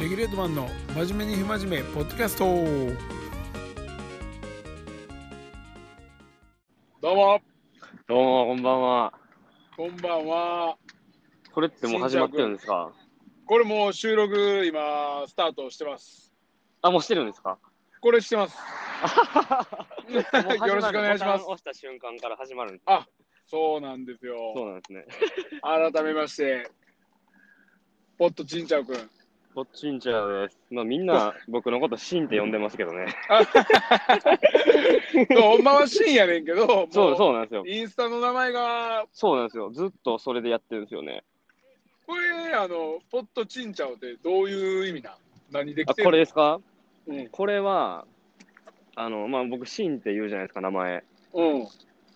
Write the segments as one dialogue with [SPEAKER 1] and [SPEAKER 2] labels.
[SPEAKER 1] レギュレートマンの真面目に不真面目ポッドキャストどうも
[SPEAKER 2] どうも、こんばんは。
[SPEAKER 1] こんばんは
[SPEAKER 2] これってもう始まってるんですか
[SPEAKER 1] これもう収録今スタートしてます
[SPEAKER 2] あ、もうしてるんですか
[SPEAKER 1] これしてます よ
[SPEAKER 2] もう始まる
[SPEAKER 1] ろしくお願いします
[SPEAKER 2] ボタン押した瞬間から始まるんです。
[SPEAKER 1] そうなんですよ
[SPEAKER 2] そうなんですね。
[SPEAKER 1] 改めましてポットちんちゃうくん
[SPEAKER 2] こっちんちゃうです。まあみんな僕のことシンって呼んでますけどね。
[SPEAKER 1] そうほんまはシンやねんけども
[SPEAKER 2] そうそうなんですよ。
[SPEAKER 1] インスタの名前が
[SPEAKER 2] そうなんですよ。ずっとそれでやってるんですよね。
[SPEAKER 1] これあのポットちんちゃうってどういう意味なん何で
[SPEAKER 2] あ、
[SPEAKER 1] きてる
[SPEAKER 2] これですか
[SPEAKER 1] うん
[SPEAKER 2] これは、あの、まあ僕シンって言うじゃないですか、名前。
[SPEAKER 1] うん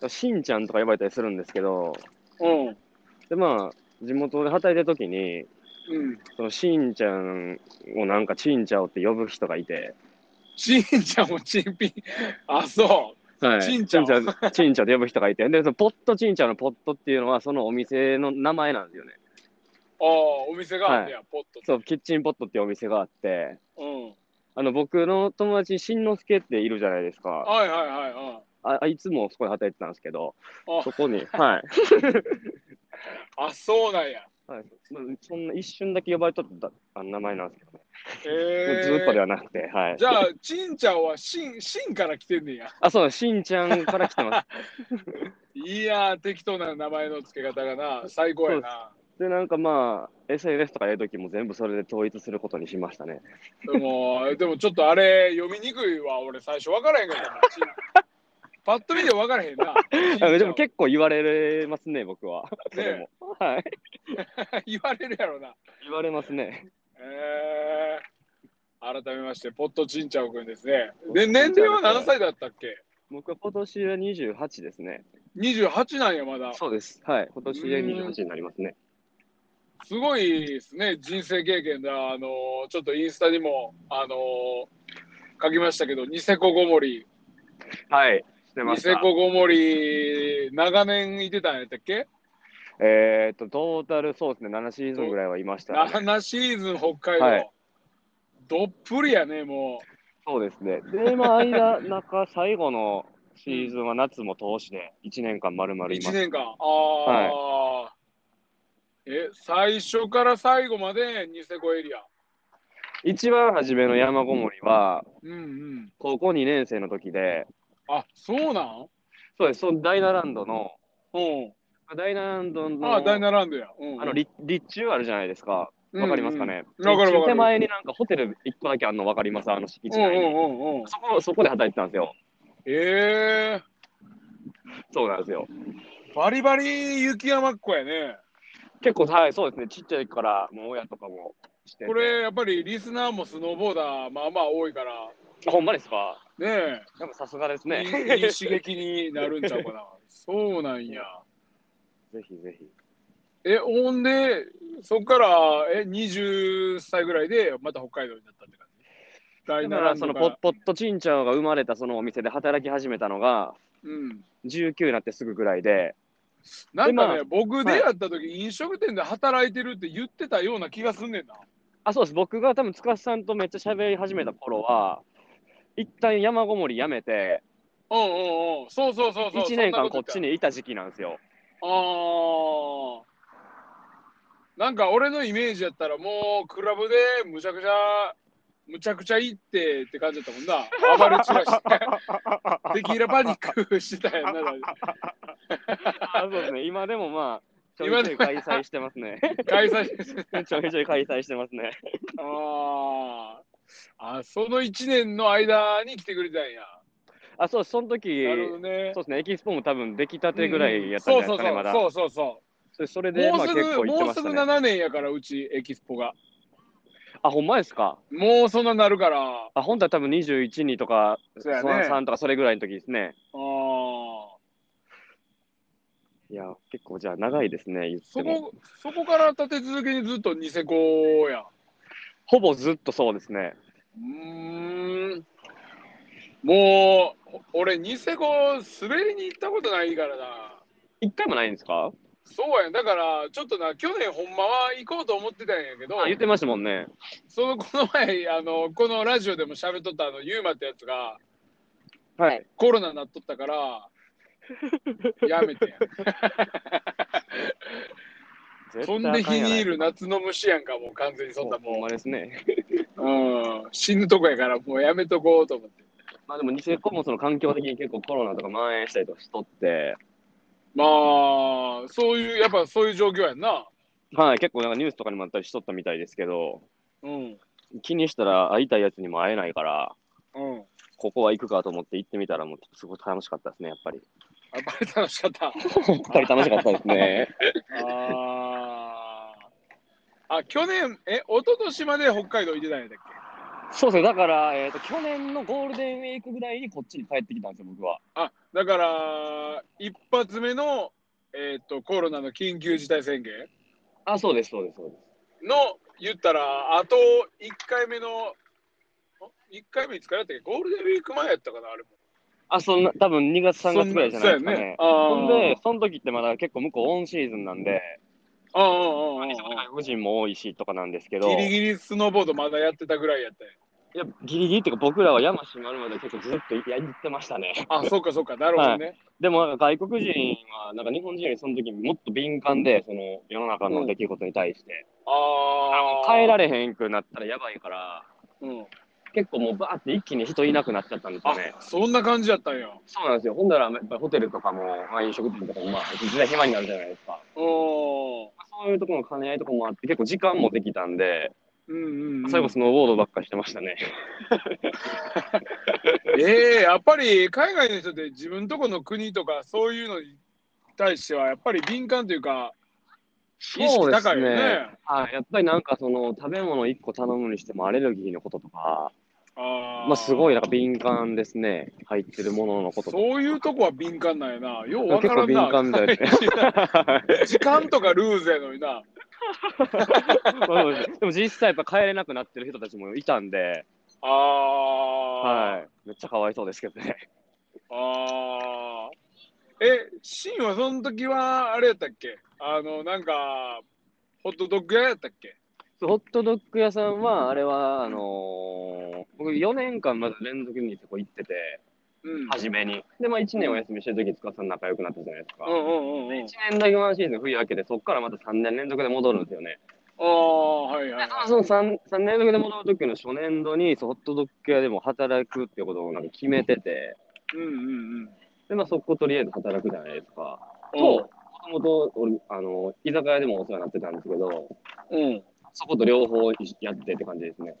[SPEAKER 2] シンちゃんとか呼ばれたりするんですけど、
[SPEAKER 1] うん
[SPEAKER 2] でまあ、地元で働いてる時に、
[SPEAKER 1] うん
[SPEAKER 2] そのしんちゃんをなんかちんちゃおって呼ぶ人がいて、
[SPEAKER 1] ちんちゃんもちんぴんあそ
[SPEAKER 2] はい、
[SPEAKER 1] ちんちゃん
[SPEAKER 2] ちんちゃんちんちゃんと呼ぶ人がいて、で、そのポットちんちゃんのポットっていうのは、そのお店の名前なんですよね。
[SPEAKER 1] うああお店があんねや、ポット
[SPEAKER 2] そう、キッチンポットっていうお店があって、
[SPEAKER 1] うん
[SPEAKER 2] あの、僕の友達、しんのすけっているじゃないですか。
[SPEAKER 1] はいはいはいはい
[SPEAKER 2] ああいつもそこで働いてたんですけど
[SPEAKER 1] あ、
[SPEAKER 2] そこに、はい。
[SPEAKER 1] あそうなんや
[SPEAKER 2] はい、まあそんな一瞬だけ呼ばれとったあの名前なんですけどね。
[SPEAKER 1] え
[SPEAKER 2] ずっとではなくて、はい。
[SPEAKER 1] じゃあ、ちんちゃんはしん、しんから来てんねや。
[SPEAKER 2] あ、そう、しんちゃんから来てます。
[SPEAKER 1] いやー、適当な名前の付け方がな、最高やな。
[SPEAKER 2] で、なんかまあ、SNS とかやるときも全部それで統一することにしましたね。
[SPEAKER 1] でも、でもちょっとあれ、読みにくいわ、俺、最初分からへんからな。ちんパッと見て分からへんな。ちんちゃん
[SPEAKER 2] あでも結構言われますね、僕は。それも。はい。
[SPEAKER 1] 言われるやろな。
[SPEAKER 2] 言われますね。
[SPEAKER 1] えー、改めまして、ポットちんちゃんくんですね。で、年齢は何歳だったっけ
[SPEAKER 2] 僕は今年は28ですね。
[SPEAKER 1] ?28 なんや、まだ。
[SPEAKER 2] そうです。はい。今年
[SPEAKER 1] うーん
[SPEAKER 2] は28になりますね。
[SPEAKER 1] すごいですね、人生経験だ。あのーちょっとインスタにも、あのー書きましたけど、ニセコごもり。
[SPEAKER 2] はい。してま
[SPEAKER 1] ニ
[SPEAKER 2] し
[SPEAKER 1] セ
[SPEAKER 2] た。
[SPEAKER 1] コごもり、長年いてたんやったっけ、
[SPEAKER 2] えーっと、トータルそうですね、7シーズンぐらいはいました、ね。
[SPEAKER 1] ?7 シーズン北海道。
[SPEAKER 2] はい
[SPEAKER 1] どっぷりやね、も
[SPEAKER 2] そうですね。で、まあ、間、中、最後のシーズンは夏も通しで、1年間丸
[SPEAKER 1] う。
[SPEAKER 2] 々いま
[SPEAKER 1] 1
[SPEAKER 2] す。
[SPEAKER 1] 年間。ああ、え、最初から最後までニセコエリア。
[SPEAKER 2] 一番初めの山ごもりは、
[SPEAKER 1] うんうん。
[SPEAKER 2] 高校2年生の時で、
[SPEAKER 1] あ、そうなん
[SPEAKER 2] そうです、そのダイナランドの、
[SPEAKER 1] う
[SPEAKER 2] ダイナランド
[SPEAKER 1] ん。
[SPEAKER 2] の、
[SPEAKER 1] あ、ダイナランドや。うん。
[SPEAKER 2] あの立立中あるじゃないですか。わかりますかね。
[SPEAKER 1] うんうんわかるわかる
[SPEAKER 2] 立中手前になんかホテル一個だけあるのわかりますあの敷地
[SPEAKER 1] うんうん
[SPEAKER 2] 内
[SPEAKER 1] う
[SPEAKER 2] に。
[SPEAKER 1] んうんうん。
[SPEAKER 2] そこそこで働いてたんですよ。
[SPEAKER 1] ええ
[SPEAKER 2] そうなんですよ。
[SPEAKER 1] バリバリ雪山っ子やね。
[SPEAKER 2] 結構はいそうですね。ちっちゃい時からもう親とかもしてて。
[SPEAKER 1] これやっぱりリスナーもスノーボーダーまあまあ多いから
[SPEAKER 2] あほんまですか。
[SPEAKER 1] ね
[SPEAKER 2] やっぱさすがです
[SPEAKER 1] え、
[SPEAKER 2] ね。
[SPEAKER 1] いいいい刺激になるんちゃうか な。そうなんや。
[SPEAKER 2] ぜひぜひ。
[SPEAKER 1] え、ほんで、そっから、え、20歳ぐらいで、また北海道になったって感じ。ダイ
[SPEAKER 2] だか
[SPEAKER 1] ナラ
[SPEAKER 2] ら
[SPEAKER 1] ンド
[SPEAKER 2] その
[SPEAKER 1] か
[SPEAKER 2] ポ
[SPEAKER 1] ら
[SPEAKER 2] ッ。ポットチンチャオが生まれたそのお店で働き始めたのが
[SPEAKER 1] うん。
[SPEAKER 2] 19になってすぐぐらいで。
[SPEAKER 1] なんかね、
[SPEAKER 2] でまあ
[SPEAKER 1] 僕出会った時、飲食店で働いてるって言ってたような気がすんねんな。
[SPEAKER 2] あそうです。僕が多分塚さんとめっちゃ喋り始めた頃は。一旦山ごもりやめて
[SPEAKER 1] うんうんうん。そうそうそうそう。
[SPEAKER 2] 1年間こ
[SPEAKER 1] そんなと言
[SPEAKER 2] っち
[SPEAKER 1] た
[SPEAKER 2] にいた時期なんですよ。
[SPEAKER 1] ああ。なんか俺のイメージやったらもうクラブでむちゃくちゃむちゃくちゃ行ってって感じだったもんな。暴れ散 らして。テキーラパニックしてたやんな。
[SPEAKER 2] あそうですね、今でもまあ、ちょ
[SPEAKER 1] 今
[SPEAKER 2] い
[SPEAKER 1] で
[SPEAKER 2] ちょ
[SPEAKER 1] も
[SPEAKER 2] い開催してま すね。
[SPEAKER 1] 開催して。
[SPEAKER 2] ちょいちょい開催してますね。
[SPEAKER 1] ああ。あ、その1年の間に来てくれたんや。
[SPEAKER 2] あ、そう、その時
[SPEAKER 1] なるほどね
[SPEAKER 2] そ。うですね、エキスポも多分出来たてぐらいやった
[SPEAKER 1] そ
[SPEAKER 2] んじ
[SPEAKER 1] う
[SPEAKER 2] ゃ
[SPEAKER 1] そう
[SPEAKER 2] ないですか
[SPEAKER 1] そ
[SPEAKER 2] ね、ま
[SPEAKER 1] う
[SPEAKER 2] だ。
[SPEAKER 1] そうそうそ
[SPEAKER 2] それ
[SPEAKER 1] う。
[SPEAKER 2] で、
[SPEAKER 1] も
[SPEAKER 2] ま
[SPEAKER 1] う
[SPEAKER 2] あ
[SPEAKER 1] す
[SPEAKER 2] 結
[SPEAKER 1] ぐ、
[SPEAKER 2] 構行って
[SPEAKER 1] もう
[SPEAKER 2] ますし
[SPEAKER 1] ぐ
[SPEAKER 2] たね。
[SPEAKER 1] 7年やからうちエキスポが。
[SPEAKER 2] あ、ほんまですか。
[SPEAKER 1] もうそんななるから。
[SPEAKER 2] あ、本当は多分21にとか、
[SPEAKER 1] そうやね
[SPEAKER 2] 3とかそれぐらいの時ですね。
[SPEAKER 1] ああ。
[SPEAKER 2] いや、結構じゃあ長いですね、言っ
[SPEAKER 1] そ
[SPEAKER 2] ても。
[SPEAKER 1] こ、そこから立て続けにずっとニセコやん。
[SPEAKER 2] ほぼずっとそうですね。
[SPEAKER 1] うーんもうお俺ニセコ滑りに行ったことないからな
[SPEAKER 2] 一回もないんですか
[SPEAKER 1] そうやんだからちょっとな去年ほんまは行こうと思ってたんやけど
[SPEAKER 2] あ言ってましたもんね。
[SPEAKER 1] そのこの前あのこのラジオでも喋っとったあのユーマってやつが
[SPEAKER 2] はい。
[SPEAKER 1] コロナなっとったからやめてん 飛んで火にいる夏の虫やんかもう完全にそんな
[SPEAKER 2] もうほん
[SPEAKER 1] も
[SPEAKER 2] まですね。
[SPEAKER 1] う、うん、死ぬとこやからもうやめとこうと思って
[SPEAKER 2] まあでもニセコもその環境的に結構コロナとか蔓延したりとかしとって、
[SPEAKER 1] まあそういうやっぱそういう状況やんな
[SPEAKER 2] はい、結構なんかニュースとかにもあったりしとったみたいですけど、
[SPEAKER 1] うん
[SPEAKER 2] 気にしたら会いたいやつにも会えないから、
[SPEAKER 1] うん
[SPEAKER 2] ここは行くかと思って行ってみたらもうすごい楽しかったですね、やっ ぱり。
[SPEAKER 1] やっぱり楽しかった
[SPEAKER 2] やっぱり楽しかったですね。
[SPEAKER 1] あーあ去年え一昨年まで北海道行ってたんやったっけ
[SPEAKER 2] そうですね、だから、えー、と去年のゴールデンウィークぐらいにこっちに帰ってきたんですよ、僕は。
[SPEAKER 1] あだから一発目の、えー、とコロナの緊急事態宣言
[SPEAKER 2] あ、そうです、そうです、そうです。
[SPEAKER 1] の言ったらあと1回目の1回目いつからやったっけゴールデンウィーク前やったかなあれも
[SPEAKER 2] あ、そんな、多分2月、3月ぐらいじゃないですか
[SPEAKER 1] そうや
[SPEAKER 2] ね。
[SPEAKER 1] あ
[SPEAKER 2] ほんで、その時ってまだ結構向こうオンシーズンなんで、
[SPEAKER 1] ああああ
[SPEAKER 2] まあ
[SPEAKER 1] あ
[SPEAKER 2] 西本外国人も多いしとかなんですけど、
[SPEAKER 1] あギリギリスノーボードまだやってたぐらいやったんや
[SPEAKER 2] いやギリギリっていうか、僕らは山閉まるまで結構ずっとやってましたね。
[SPEAKER 1] あそうかそうかなるほどね、
[SPEAKER 2] でも、外国人は、なんか日本人よりその時もっと敏感で、その世の中の出来事に対して、
[SPEAKER 1] ああ
[SPEAKER 2] 変えられへんくなったらやばいから、
[SPEAKER 1] うん、
[SPEAKER 2] 結構もうバーって一気に人いなくなっちゃったんです
[SPEAKER 1] あ
[SPEAKER 2] よね。
[SPEAKER 1] そんな感じやったんや
[SPEAKER 2] そうなんですよ。ほんなら、やっぱりホテルとかも、まあ、飲食店とかも、まあ、実際暇になるじゃないですか。
[SPEAKER 1] おー
[SPEAKER 2] まあそういうところの兼ね合いとかもあって、結構時間もできたんで、
[SPEAKER 1] うんうん、うん、
[SPEAKER 2] 最後スノーボードばっかしてましたね。
[SPEAKER 1] ええやっぱり海外の人って自分とこの国とかそういうのに対してはやっぱり敏感というか意識高いよね。
[SPEAKER 2] はい、やっぱりなんかその食べ物1個頼むにしてもアレルギーのこととか、
[SPEAKER 1] あ
[SPEAKER 2] まあすご
[SPEAKER 1] い
[SPEAKER 2] いなんか敏感ですね。入ってるもののこととか。
[SPEAKER 1] そういうとこは敏感なんやな。ようわか
[SPEAKER 2] 結
[SPEAKER 1] ら
[SPEAKER 2] 構
[SPEAKER 1] ん
[SPEAKER 2] 敏
[SPEAKER 1] な。
[SPEAKER 2] 感みたいですね。
[SPEAKER 1] 時間とかルーズやのにな。
[SPEAKER 2] そう ですでも実際やっぱ帰れなくなってる人たちもいたんで、
[SPEAKER 1] ああ、
[SPEAKER 2] はい、めっちゃかわいそうですけどね。
[SPEAKER 1] ああ。え、シンはその時はあれやったっけあの、なんか、ホットドッグ屋やったっけ
[SPEAKER 2] ホットドッグ屋さんは、あれは、あのー僕4年間まず連続にそこ行ってて、
[SPEAKER 1] うん。
[SPEAKER 2] 初めに。で、まあ1年お休みしてる時塚さん仲良くなったじゃないですか。
[SPEAKER 1] うんうんうんうん。
[SPEAKER 2] 1年だけワンシーズン冬明けで、そこからまた3年連続で戻るんですよね。
[SPEAKER 1] ああ、はいはいはい。
[SPEAKER 2] その 3, 3年連続で戻る時の初年度に、そうホットドッグ屋でも働くってことをなんか決めてて、
[SPEAKER 1] うんうんうん。
[SPEAKER 2] で、まあそことりあえず働くじゃないですか。
[SPEAKER 1] お
[SPEAKER 2] と、もともと、あの、居酒屋でもお世話になってたんですけど、
[SPEAKER 1] うん。
[SPEAKER 2] そこと両方やってって感じですね。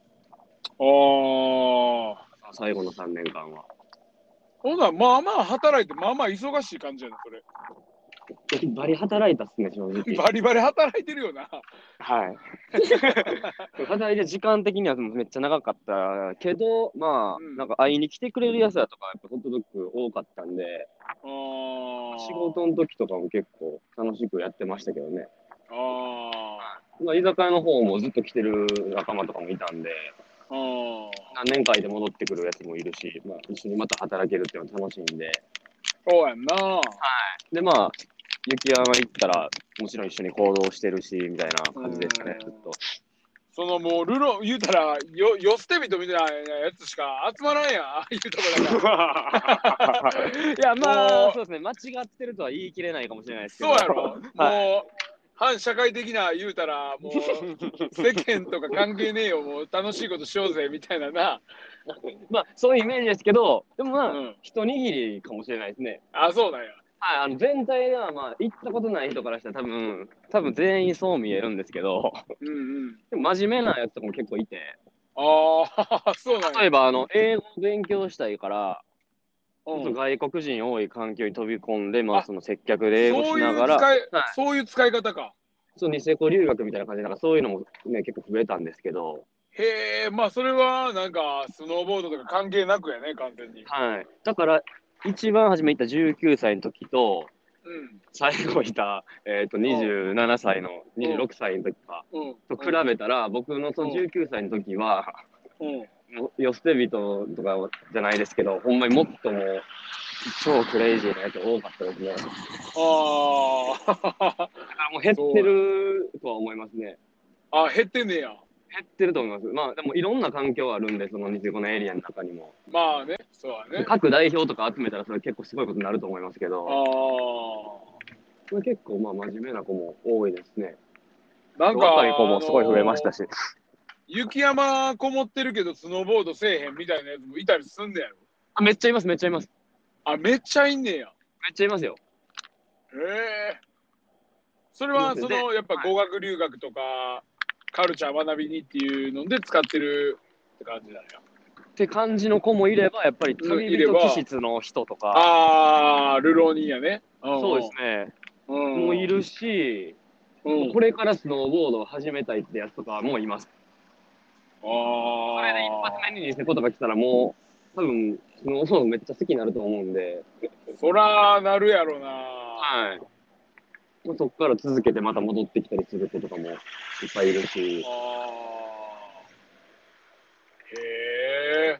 [SPEAKER 1] ああ。
[SPEAKER 2] 最後の3年間は。
[SPEAKER 1] ほな、まあまあ働いて、まあまあ忙しい感じやな、それ。
[SPEAKER 2] バリ働いたっすね、正直。
[SPEAKER 1] バリバリ働いてるよな。
[SPEAKER 2] はい。 働いて時間的にはめっちゃ長かったけど、まあ、
[SPEAKER 1] うん
[SPEAKER 2] なんか会いに来てくれるやつらとか、やっぱホットドッグ多かったんで、
[SPEAKER 1] ああ。
[SPEAKER 2] 仕事の時とかも結構楽しくやってましたけどね。
[SPEAKER 1] あ
[SPEAKER 2] まあ、居酒屋の方もずっと来てる仲間とかもいたんで、
[SPEAKER 1] あ。ああ。
[SPEAKER 2] 何年会で戻ってくるやつもいるし、まあ、一緒にまた働けるっていうのは楽しいんで。
[SPEAKER 1] そうやんな。あ
[SPEAKER 2] で、まあ、雪山行ったら、もちろん一緒に行動してるし、みたいな感じでしたね、
[SPEAKER 1] う
[SPEAKER 2] ず
[SPEAKER 1] ん
[SPEAKER 2] っと。
[SPEAKER 1] そのもう、ルロ、言うたら、よ、よ捨て人みたいなやつしか集まらん やん。ああいうとこだから。
[SPEAKER 2] いや、ま
[SPEAKER 1] も
[SPEAKER 2] あ、
[SPEAKER 1] う
[SPEAKER 2] そうですね、間違ってるとは言い切れないかもしれないですけ
[SPEAKER 1] そう
[SPEAKER 2] ど。
[SPEAKER 1] やろ。
[SPEAKER 2] はい
[SPEAKER 1] もう、反社会的な言うたら、もう、世間とか関係ねえよ、もう楽しいことしようぜ、みたいなな。
[SPEAKER 2] まあ、そういうイメージですけど、でもまあ、
[SPEAKER 1] うん
[SPEAKER 2] 一握りかもしれないですね。
[SPEAKER 1] あ、そうなんや。
[SPEAKER 2] はい、あの全体では、まあ、行ったことない人からしたら、多分、多分全員そう見えるんですけど、
[SPEAKER 1] うんうん。
[SPEAKER 2] でも真面目なやつとかも結構いて、
[SPEAKER 1] ああ、 そうなんや。
[SPEAKER 2] 例えば、あの、英語を勉強したいから、
[SPEAKER 1] うん
[SPEAKER 2] 外国人多い環境に飛び込んで、ま
[SPEAKER 1] あ
[SPEAKER 2] あ、その接客で英語しながら、
[SPEAKER 1] そういう使い、
[SPEAKER 2] はい
[SPEAKER 1] そういう使い方か。
[SPEAKER 2] そうニセコ留学みたいな感じで、なんかそういうのもね、結構増えたんですけど、
[SPEAKER 1] へえ、まあそれはなんかスノーボードとか関係なくやね、完全に。
[SPEAKER 2] はい。だから、一番初め行った19歳の時と、
[SPEAKER 1] うん。
[SPEAKER 2] 最後いた、えー、と27歳の
[SPEAKER 1] ん
[SPEAKER 2] 26歳の時か
[SPEAKER 1] うん。
[SPEAKER 2] と比べたら、僕のその19歳の時は、
[SPEAKER 1] うん。
[SPEAKER 2] もう寄捨て人とかじゃないですけど、ほんまにもっともう、超クレイジーなやつ多かったですね。
[SPEAKER 1] ああ。
[SPEAKER 2] あもう減ってるとは思いますね。
[SPEAKER 1] あ、減ってんねや。
[SPEAKER 2] 減ってると思います。まあでもいろんな環境あるんで、その25のエリアの中にも。
[SPEAKER 1] まあね、そうだね。
[SPEAKER 2] 各代表とか集めたらそれ結構すごいことになると思いますけ
[SPEAKER 1] あ
[SPEAKER 2] ど、
[SPEAKER 1] あ。
[SPEAKER 2] それ結構まあ真面目な子も多いですね。
[SPEAKER 1] なんか、
[SPEAKER 2] 若い子もすごい増えました
[SPEAKER 1] し。
[SPEAKER 2] し。
[SPEAKER 1] 雪山こもってるけど、スノーボードせえへんみたいなやつもいたりすんねやろ。
[SPEAKER 2] あめっちゃいます、めっちゃいます。
[SPEAKER 1] あ、めっちゃいんねや。
[SPEAKER 2] めっちゃいますよ。
[SPEAKER 1] へえ。それは、
[SPEAKER 2] そう
[SPEAKER 1] そ
[SPEAKER 2] ですね
[SPEAKER 1] の、やっぱ
[SPEAKER 2] はい
[SPEAKER 1] 語学留学とか、カルチャー学びにっていうので使ってるって感じなんや。
[SPEAKER 2] って感じの子もいれば、やっぱり旅
[SPEAKER 1] いれ
[SPEAKER 2] 人
[SPEAKER 1] ば
[SPEAKER 2] 気質の人とか、
[SPEAKER 1] ああ、ルローニーやね。
[SPEAKER 2] そうですね、
[SPEAKER 1] すね。
[SPEAKER 2] もうい。るし、
[SPEAKER 1] うん。
[SPEAKER 2] これからスノーボードを始めたいってやつとかもいます。
[SPEAKER 1] ああ。
[SPEAKER 2] これで一発目にですね、ことが来たらもう、多分スノーボードめっちゃ好きになると思うんで、
[SPEAKER 1] そらなるやろな。
[SPEAKER 2] はい。まあそこから続けてまた戻ってきたりする子とかもいっぱいいるし、
[SPEAKER 1] あーへえ。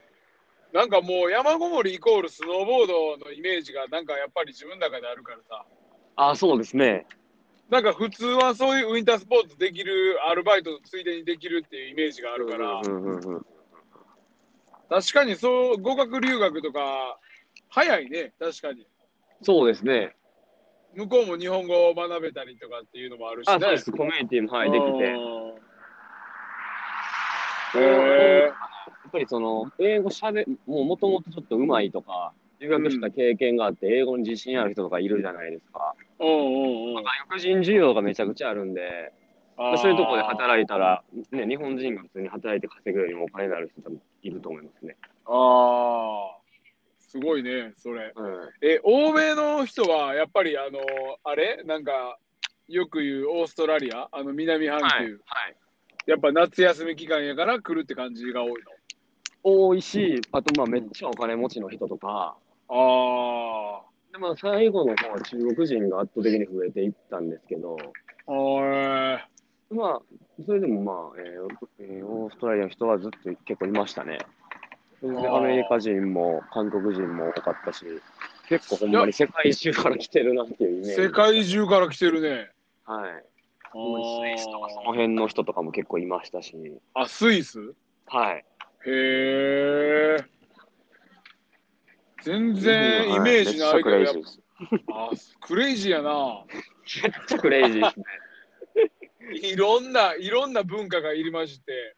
[SPEAKER 1] なんかもう山ごもりイコールスノーボードのイメージがなんかやっぱり自分の中であるからさ。
[SPEAKER 2] あそうですね。
[SPEAKER 1] なんか普通はそういうウィンタースポーツできるアルバイトのついでにできるっていうイメージがあるから
[SPEAKER 2] う、んうんうんうん
[SPEAKER 1] 確かにそう語学留学とか早いね確かに
[SPEAKER 2] そうですね。
[SPEAKER 1] 向こうも日本語を学べたりとかっていうのもあるしね
[SPEAKER 2] あ、そうです。コミュニティも、はい、できて。や
[SPEAKER 1] うんへえ
[SPEAKER 2] っぱりその、英語しゃべ、もうもともとちょっと上手いとか、留学した経験があって、英語に自信ある人とかいるじゃないですか。
[SPEAKER 1] うんうんうん
[SPEAKER 2] 外国人需要がめちゃくちゃあるんで、まあそういうところで働いたら、ね、日本人が普通に働いて稼ぐよりもお金になる人もいると思いますね。
[SPEAKER 1] ああ、すごいね、それ。
[SPEAKER 2] うん。
[SPEAKER 1] え、欧米の人はやっぱりあの、あれなんか、よく言うオーストラリア、あの南半球、
[SPEAKER 2] はい
[SPEAKER 1] やっぱ夏休み期間やから来るって感じが多い
[SPEAKER 2] 多いし、あとまあめっちゃお金持ちの人とか、
[SPEAKER 1] の。あ
[SPEAKER 2] でまあ最後の方は中国人が圧倒的に増えていったんですけど、
[SPEAKER 1] あ、あ
[SPEAKER 2] まあ、それでもまあ、えーえーオーストラリアの人はずっと結構いましたね。
[SPEAKER 1] あ
[SPEAKER 2] で
[SPEAKER 1] ー
[SPEAKER 2] アメリカ人も韓国人も多かったし、結構ほんまに世界中から来てるなっていうイメージ。
[SPEAKER 1] 世界中から来てるね。
[SPEAKER 2] はい。
[SPEAKER 1] あ
[SPEAKER 2] もうスイスとかその
[SPEAKER 1] ー
[SPEAKER 2] 辺の人とかも結構いましたし、
[SPEAKER 1] あ、スイス
[SPEAKER 2] はい。
[SPEAKER 1] へえ。全然イメージないけど、
[SPEAKER 2] めっ
[SPEAKER 1] やっ
[SPEAKER 2] ちゃクレイジーです。
[SPEAKER 1] ぱあクレイジーやな。
[SPEAKER 2] めっちゃクレイジーですね。
[SPEAKER 1] いろんな、いろんな文化が入り混じって。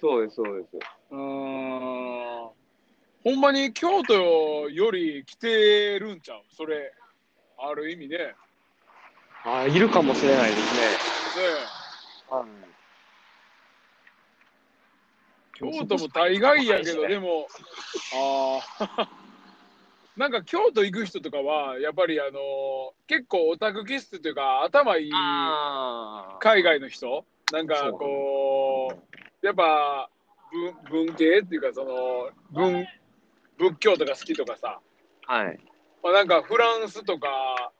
[SPEAKER 2] そうです、そうです。
[SPEAKER 1] うーんほんまに京都より来てるんちゃうそれ、ある意味ね。ね
[SPEAKER 2] ああ、いるかもしれないですね。はい。
[SPEAKER 1] 京都も大概やけど、で
[SPEAKER 2] も。
[SPEAKER 1] も、ああ、 なんか京都行く人とかは、やっぱりあの結構オタク気質というか、頭いい
[SPEAKER 2] あー
[SPEAKER 1] 海外の人、なんかこう、やっぱ文文系っていうか、その文、仏教とか好きとかさ、
[SPEAKER 2] はい。
[SPEAKER 1] まあ、なんかフランスとか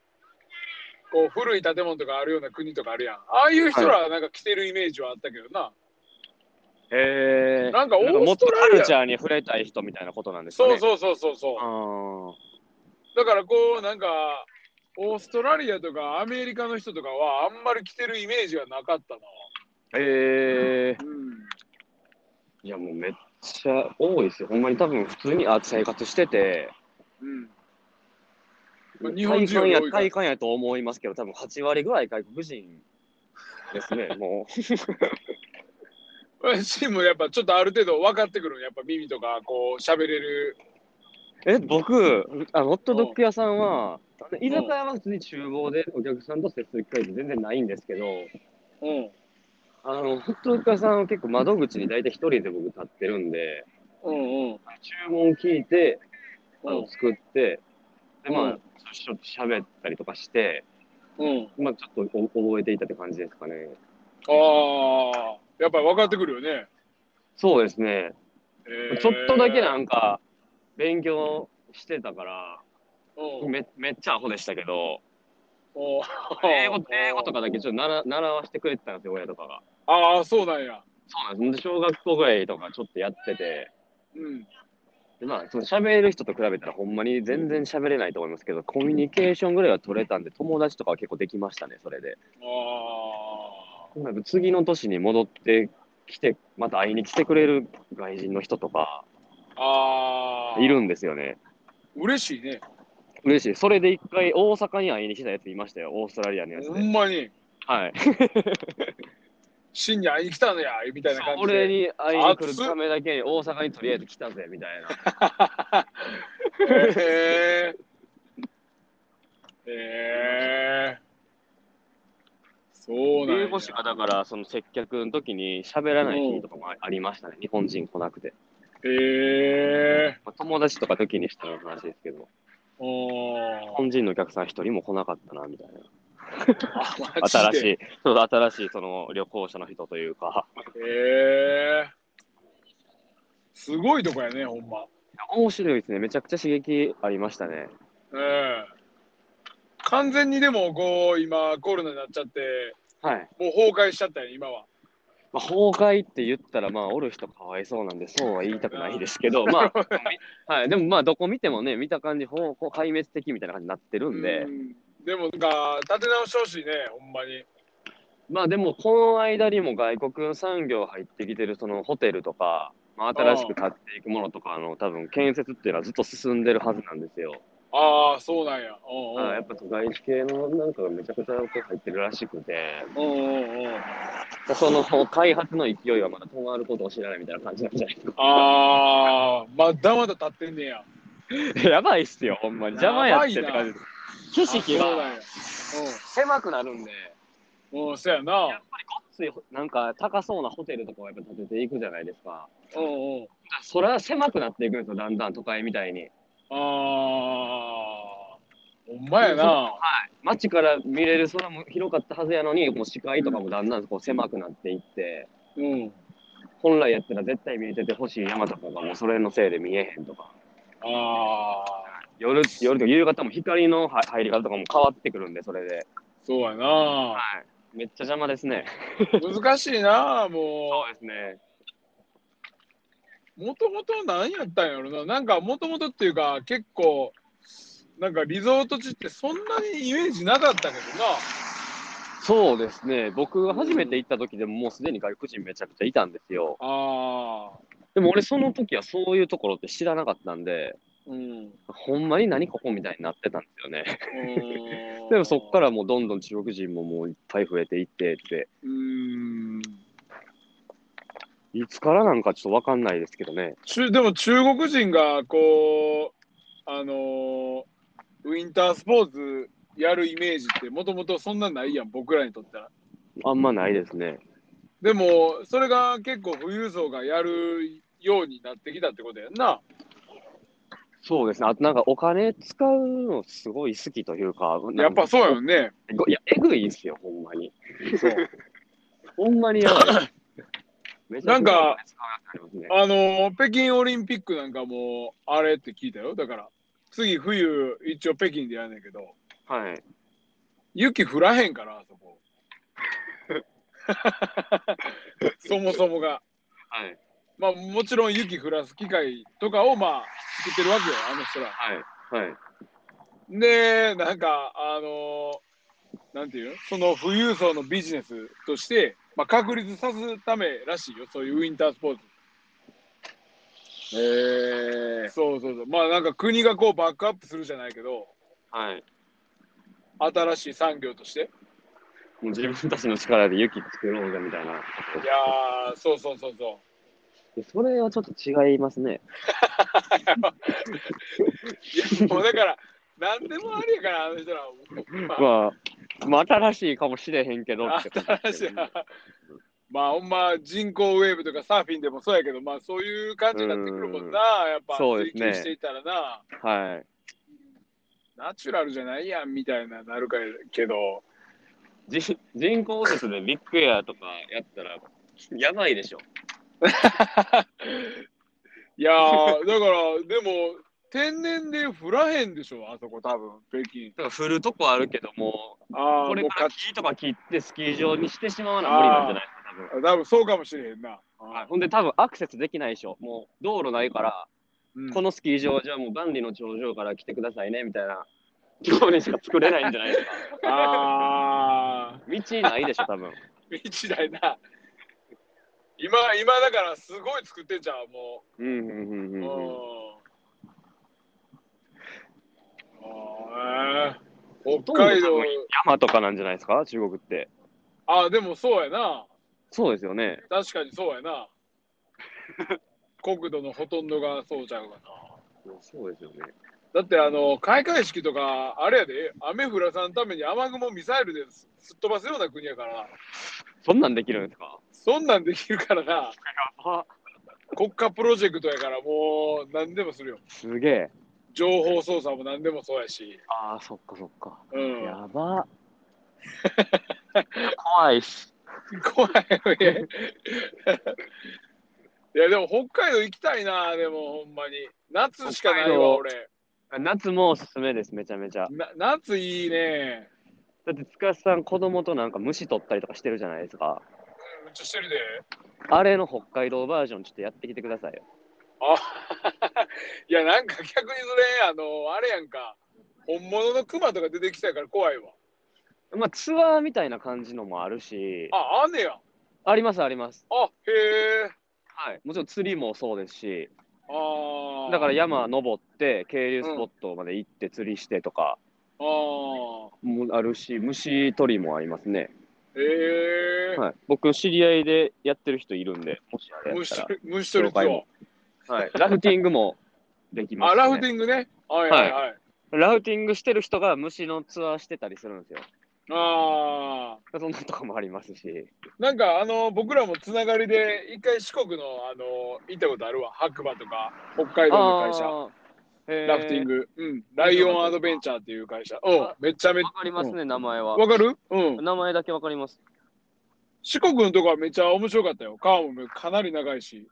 [SPEAKER 1] こう古い建物とかあるような国とかあるやんああいう人らはなんか来てるイメージはあったけどな、
[SPEAKER 2] へえ。
[SPEAKER 1] なんかオーストラリア
[SPEAKER 2] もっとカルチャーに触れたい人みたいなことなんです
[SPEAKER 1] そ
[SPEAKER 2] か
[SPEAKER 1] う
[SPEAKER 2] ね。う
[SPEAKER 1] そうそうそうそう
[SPEAKER 2] そ
[SPEAKER 1] だからこうなんかオーストラリアとかアメリカの人とかはあんまり来てるイメージがなかった
[SPEAKER 2] う。へえ。
[SPEAKER 1] なうん
[SPEAKER 2] いや、もうめっちゃ多いですよ。ほんまに多分普通にあ生活してて、
[SPEAKER 1] うんまあ日本
[SPEAKER 2] 体
[SPEAKER 1] 人よ
[SPEAKER 2] 感
[SPEAKER 1] り多
[SPEAKER 2] や
[SPEAKER 1] いから
[SPEAKER 2] 体感やと思いますけど、多分8割ぐらい外国人で すね、もう。
[SPEAKER 1] 私もやっぱちょっとある程度分かってくるやっぱ耳とかこう喋れる
[SPEAKER 2] え、僕、あホットドッグ屋さんは、居酒屋は普通に厨房でお客さんと接する機会って全然ないんですけど、
[SPEAKER 1] うん
[SPEAKER 2] あの、ホットドッグ屋さんは結構窓口に大体一人で僕立ってるんで、
[SPEAKER 1] うんうん
[SPEAKER 2] 注文聞いて、あ
[SPEAKER 1] うん
[SPEAKER 2] の作って、で、
[SPEAKER 1] う
[SPEAKER 2] まあ
[SPEAKER 1] ん、
[SPEAKER 2] ちょっと喋ったりとかして、
[SPEAKER 1] うん
[SPEAKER 2] まあ、ちょっとお覚えていたって感じですかね。
[SPEAKER 1] ああやっぱり分かってくるよね、
[SPEAKER 2] そうですね。
[SPEAKER 1] えー
[SPEAKER 2] ちょっとだけなんか、勉強してたから、
[SPEAKER 1] うん
[SPEAKER 2] めめっちゃアホでしたけど、
[SPEAKER 1] おー
[SPEAKER 2] 英語英語とかだけちょっと習習わしてくれてたんですよ、親とかが。
[SPEAKER 1] ああ、そうなんや。
[SPEAKER 2] そうなんです。ほんで小学校ぐらいとかちょっとやってて、
[SPEAKER 1] うん。
[SPEAKER 2] でまあ、その喋る人と比べたらほんまに全然喋れないと思いますけど、コミュニケーションぐらいは取れたんで、友達とかは結構できましたね、それで。
[SPEAKER 1] あ
[SPEAKER 2] なんか次の年に戻ってきて、また会いに来てくれる外人の人とか
[SPEAKER 1] あ。ああ。
[SPEAKER 2] いる。んですよね。
[SPEAKER 1] 嬉しいね。
[SPEAKER 2] 嬉しい。それで一回大阪に会いに来たやついましたよ、オーストラリアのやつ
[SPEAKER 1] ほ
[SPEAKER 2] で。
[SPEAKER 1] んまに。
[SPEAKER 2] はい。
[SPEAKER 1] 真に会いに来たのや、みたいな感じ
[SPEAKER 2] 俺
[SPEAKER 1] で。
[SPEAKER 2] に会いに来るためだけに大阪にとりあえず来たぜみたいな。
[SPEAKER 1] へえ。へえ。そうなん
[SPEAKER 2] 英
[SPEAKER 1] や。
[SPEAKER 2] 語しかだからその接客の時に喋らない日とかもあありましたね、日本人来なくて。
[SPEAKER 1] へえ。
[SPEAKER 2] まあ、友達とか時にしたの話ですけど、
[SPEAKER 1] お
[SPEAKER 2] 日
[SPEAKER 1] ー
[SPEAKER 2] 本人のお客さん一人も来なかったなみたいな。
[SPEAKER 1] あマジで
[SPEAKER 2] 新しい、そう新しいその旅行者の人というか。
[SPEAKER 1] へえ。すごいとこやね、ほんま。
[SPEAKER 2] 面白いですね。めちゃくちゃ刺激ありましたね。
[SPEAKER 1] うん。完全にでも、こう、今、コロナになっちゃって、
[SPEAKER 2] はい。
[SPEAKER 1] もう崩壊しちゃったよ、今は。
[SPEAKER 2] まあ、崩壊って言ったら、まあ、おる人かわいそうなんで、そうは言いたくないですけど、 まあ、みはい。でも、まあ、どこ見てもね、見た感じ、ほうこう壊滅的みたいな感じになってるんで
[SPEAKER 1] う、んでも、なんか、立て直してほしいね、ほんまに。
[SPEAKER 2] まあ、でも、この間にも外国産業入ってきてる、そのホテルとか、まあ、新しく買っていくものとかの、多分、建設っていうのはずっと進んでるはずなんですよ。
[SPEAKER 1] ああ、そうなんや。うんう
[SPEAKER 2] はいやっ
[SPEAKER 1] ん
[SPEAKER 2] ぱ、外資系のなんかがめちゃくちゃこう入ってるらしくて、
[SPEAKER 1] うんうんうん。
[SPEAKER 2] そのこう開発の勢いはまだ止まることを知らないみたいな感じなんじゃないですか。
[SPEAKER 1] ああ、まだまだ立ってんねや。
[SPEAKER 2] やばいっすよ、ほんまに。邪魔やってって
[SPEAKER 1] やばい
[SPEAKER 2] 感
[SPEAKER 1] な
[SPEAKER 2] じです。景色
[SPEAKER 1] あそうなん
[SPEAKER 2] が
[SPEAKER 1] や
[SPEAKER 2] 狭くなるんで、
[SPEAKER 1] うん。うん、そや
[SPEAKER 2] や
[SPEAKER 1] な
[SPEAKER 2] っ。ぱりごっつい、なんか高そうなホテルとかをやっぱ建てていくじゃないですか。
[SPEAKER 1] うんうん。
[SPEAKER 2] それは狭くなっていくんですよ、だんだん都会みたいに。
[SPEAKER 1] ああ、ほんまやな。
[SPEAKER 2] 街から見れる空も広かったはずやのに、もう視界とかもだんだんこう狭くなっていって、
[SPEAKER 1] うん。
[SPEAKER 2] 本来やったら絶対見れててほしい山とかがもうそれのせいで見えへんとか。
[SPEAKER 1] ああ、
[SPEAKER 2] 夜、夜とか夕方も光の入入り方とかも変わってくるんで、それで。
[SPEAKER 1] そうやな。
[SPEAKER 2] はい。めっちゃ邪魔ですね。
[SPEAKER 1] 難しいな、も
[SPEAKER 2] そうですね。
[SPEAKER 1] う。もともと何やったんやろな。なんか、もともとっていうか、結構、なんかリゾート地ってそんなにイメージなかったけどな。
[SPEAKER 2] そうですね、僕が初めて行った時でも、もうすでに外国人めちゃくちゃいたんですよ。
[SPEAKER 1] ああ、
[SPEAKER 2] でも俺、その時はそういうところって知らなかったんで、
[SPEAKER 1] うん。
[SPEAKER 2] ほんまに何ここみたいになってたんですよね。で
[SPEAKER 1] で
[SPEAKER 2] もそっからもうどんどん中国人ももういっぱい増えていってって、
[SPEAKER 1] うーん。
[SPEAKER 2] いつからなんかちょっとわかんないですけどね。
[SPEAKER 1] 中でも中国人がこうあのーウィンタースポーツやるイメージってもともとそんなないやん僕らにとったら
[SPEAKER 2] あんまないですね。
[SPEAKER 1] でもそれが結構富裕層がやるようになってきたってことやんな
[SPEAKER 2] そうですね。あとなんかお金使うのすごい好きというか、
[SPEAKER 1] やっぱそうやもんね
[SPEAKER 2] ごいや、えぐいんすよ、ほんまに。ほんまにや ばい。めちゃくちゃ
[SPEAKER 1] なんか
[SPEAKER 2] 使うやつありますね、
[SPEAKER 1] あのー北京オリンピックなんかもあれって聞いたよだから次冬一応北京でやんねんけど
[SPEAKER 2] はい。
[SPEAKER 1] 雪降らへんからあそこそもそもが
[SPEAKER 2] はい。
[SPEAKER 1] まあもちろん雪降らす機械とかをまあ作ってるわけよあの人ら。
[SPEAKER 2] はい。はい。
[SPEAKER 1] でなんかあのーなんていうのその富裕層のビジネスとして、まあ、確立さすためらしいよそういうウィンタースポーツ。
[SPEAKER 2] えー、
[SPEAKER 1] そうそうそうまあなんか国がこうバックアップするじゃないけど
[SPEAKER 2] はい。
[SPEAKER 1] 新しい産業として。
[SPEAKER 2] もう自分たちの力で雪作ろうぜみたいな。
[SPEAKER 1] いやーそうそうそうそう。
[SPEAKER 2] それはちょっと違いますね。
[SPEAKER 1] いやもうだ から何でもありやからあの人ら。まあ
[SPEAKER 2] まあ、まあ、新しいかもしれへんけどって感じ
[SPEAKER 1] 新
[SPEAKER 2] ですけ
[SPEAKER 1] しい
[SPEAKER 2] どね。
[SPEAKER 1] まあほんま人工ウェーブとかサーフィンでもそうやけどまあそういう感じになってくるもんなやっぱ
[SPEAKER 2] そうですね
[SPEAKER 1] 追求していたらな
[SPEAKER 2] はい。
[SPEAKER 1] ナチュラルじゃないやんみたいななるかけど
[SPEAKER 2] 人人工施設でビッグエアとかやったら、やばいでしょ。
[SPEAKER 1] いやーだからでも天然で降らへんでしょあそこ多分北京
[SPEAKER 2] だから振るとこあるけども、
[SPEAKER 1] ああも
[SPEAKER 2] これ
[SPEAKER 1] う
[SPEAKER 2] から
[SPEAKER 1] か
[SPEAKER 2] 木とか切ってスキー場にしてしまうのは無理なんじゃないですか、分
[SPEAKER 1] 多分そうかもしれへんな。
[SPEAKER 2] はいほんで多分アクセスできないでしょ。もう道路ないから、
[SPEAKER 1] うん
[SPEAKER 2] このスキー場じゃもう万里の頂上から来てくださいねみたい な行にしか作れないんじゃないですか。
[SPEAKER 1] あ
[SPEAKER 2] 道ないでしょ、多分。
[SPEAKER 1] ー、道だいな。今、今だからすごい作ってんじゃん、も
[SPEAKER 2] うんうんうん
[SPEAKER 1] う。
[SPEAKER 2] う
[SPEAKER 1] うんん。
[SPEAKER 2] うん。
[SPEAKER 1] あーえー
[SPEAKER 2] ほと
[SPEAKER 1] 北海
[SPEAKER 2] んど
[SPEAKER 1] 道
[SPEAKER 2] 多、分山とかなんじゃないですか、中国って。
[SPEAKER 1] あー、でもそうやな。
[SPEAKER 2] そうですよね。
[SPEAKER 1] 確かにそうやな。 国土のほとんどがそうちゃうかな。
[SPEAKER 2] そうですよね。
[SPEAKER 1] だってあの開会式とかあれやで雨降らさんために雨雲ミサイルですすっ飛ばすような国やから
[SPEAKER 2] そんなんできるんですか
[SPEAKER 1] そんなんできるからな国家プロジェクトやからもう何でもするよ
[SPEAKER 2] すげえ。
[SPEAKER 1] 情報操作も何でもそうやし
[SPEAKER 2] ああ、そっかそっか。
[SPEAKER 1] うん
[SPEAKER 2] や ば。怖いっす。
[SPEAKER 1] 怖いよね いやでも北海道行きたいなでもほんまに夏しかない
[SPEAKER 2] 北海
[SPEAKER 1] わ
[SPEAKER 2] 道
[SPEAKER 1] 俺
[SPEAKER 2] 夏もおすすめです、めちゃめちゃ。
[SPEAKER 1] な夏いいね
[SPEAKER 2] だって、塚さん、子供となんか虫取ったりとかしてるじゃないですか。
[SPEAKER 1] めっちゃしてるで
[SPEAKER 2] あれの北海道バージョン、ちょっとやってきてくださいよ。
[SPEAKER 1] あいやなんか逆にそれあのあれやんか本物のクマとか出てきたから怖いわ
[SPEAKER 2] まあ、ツアーみたいな感じのもあるし、
[SPEAKER 1] ああんねや
[SPEAKER 2] あります、あります。
[SPEAKER 1] あへえ
[SPEAKER 2] はい。もちろん釣りもそうですし、
[SPEAKER 1] ああ
[SPEAKER 2] だから
[SPEAKER 1] や
[SPEAKER 2] 山登って、渓流スポットまで行って釣りしてとか
[SPEAKER 1] あー
[SPEAKER 2] もあるし、虫取りもありますね。
[SPEAKER 1] へえ、
[SPEAKER 2] はい。僕、知り合いでやってる人いるんで、もしあれやっ
[SPEAKER 1] 虫
[SPEAKER 2] たら。
[SPEAKER 1] 取り虫取りツア
[SPEAKER 2] 了解
[SPEAKER 1] ー
[SPEAKER 2] もはい、ラフティングもできます、
[SPEAKER 1] あ
[SPEAKER 2] ね。
[SPEAKER 1] ラフティングねはいはいはい、
[SPEAKER 2] ラフティングしてる人が虫のツアーしてたりするんですよ。
[SPEAKER 1] ああ
[SPEAKER 2] そんなとこもありますし。
[SPEAKER 1] なんかあの僕らもつながりで一回四国のあの行ったことあるわ白馬とか北海道の会社
[SPEAKER 2] あーへー
[SPEAKER 1] ラフティング、うんライオンアドベンチャーっていう会社うん
[SPEAKER 2] あ
[SPEAKER 1] めちゃめち
[SPEAKER 2] わかりますね、名前
[SPEAKER 1] ゃ
[SPEAKER 2] は。
[SPEAKER 1] わかるうん
[SPEAKER 2] 名前だけわかります。
[SPEAKER 1] 四国のとこはめっちゃ面白かったよ。川もかなり長いし、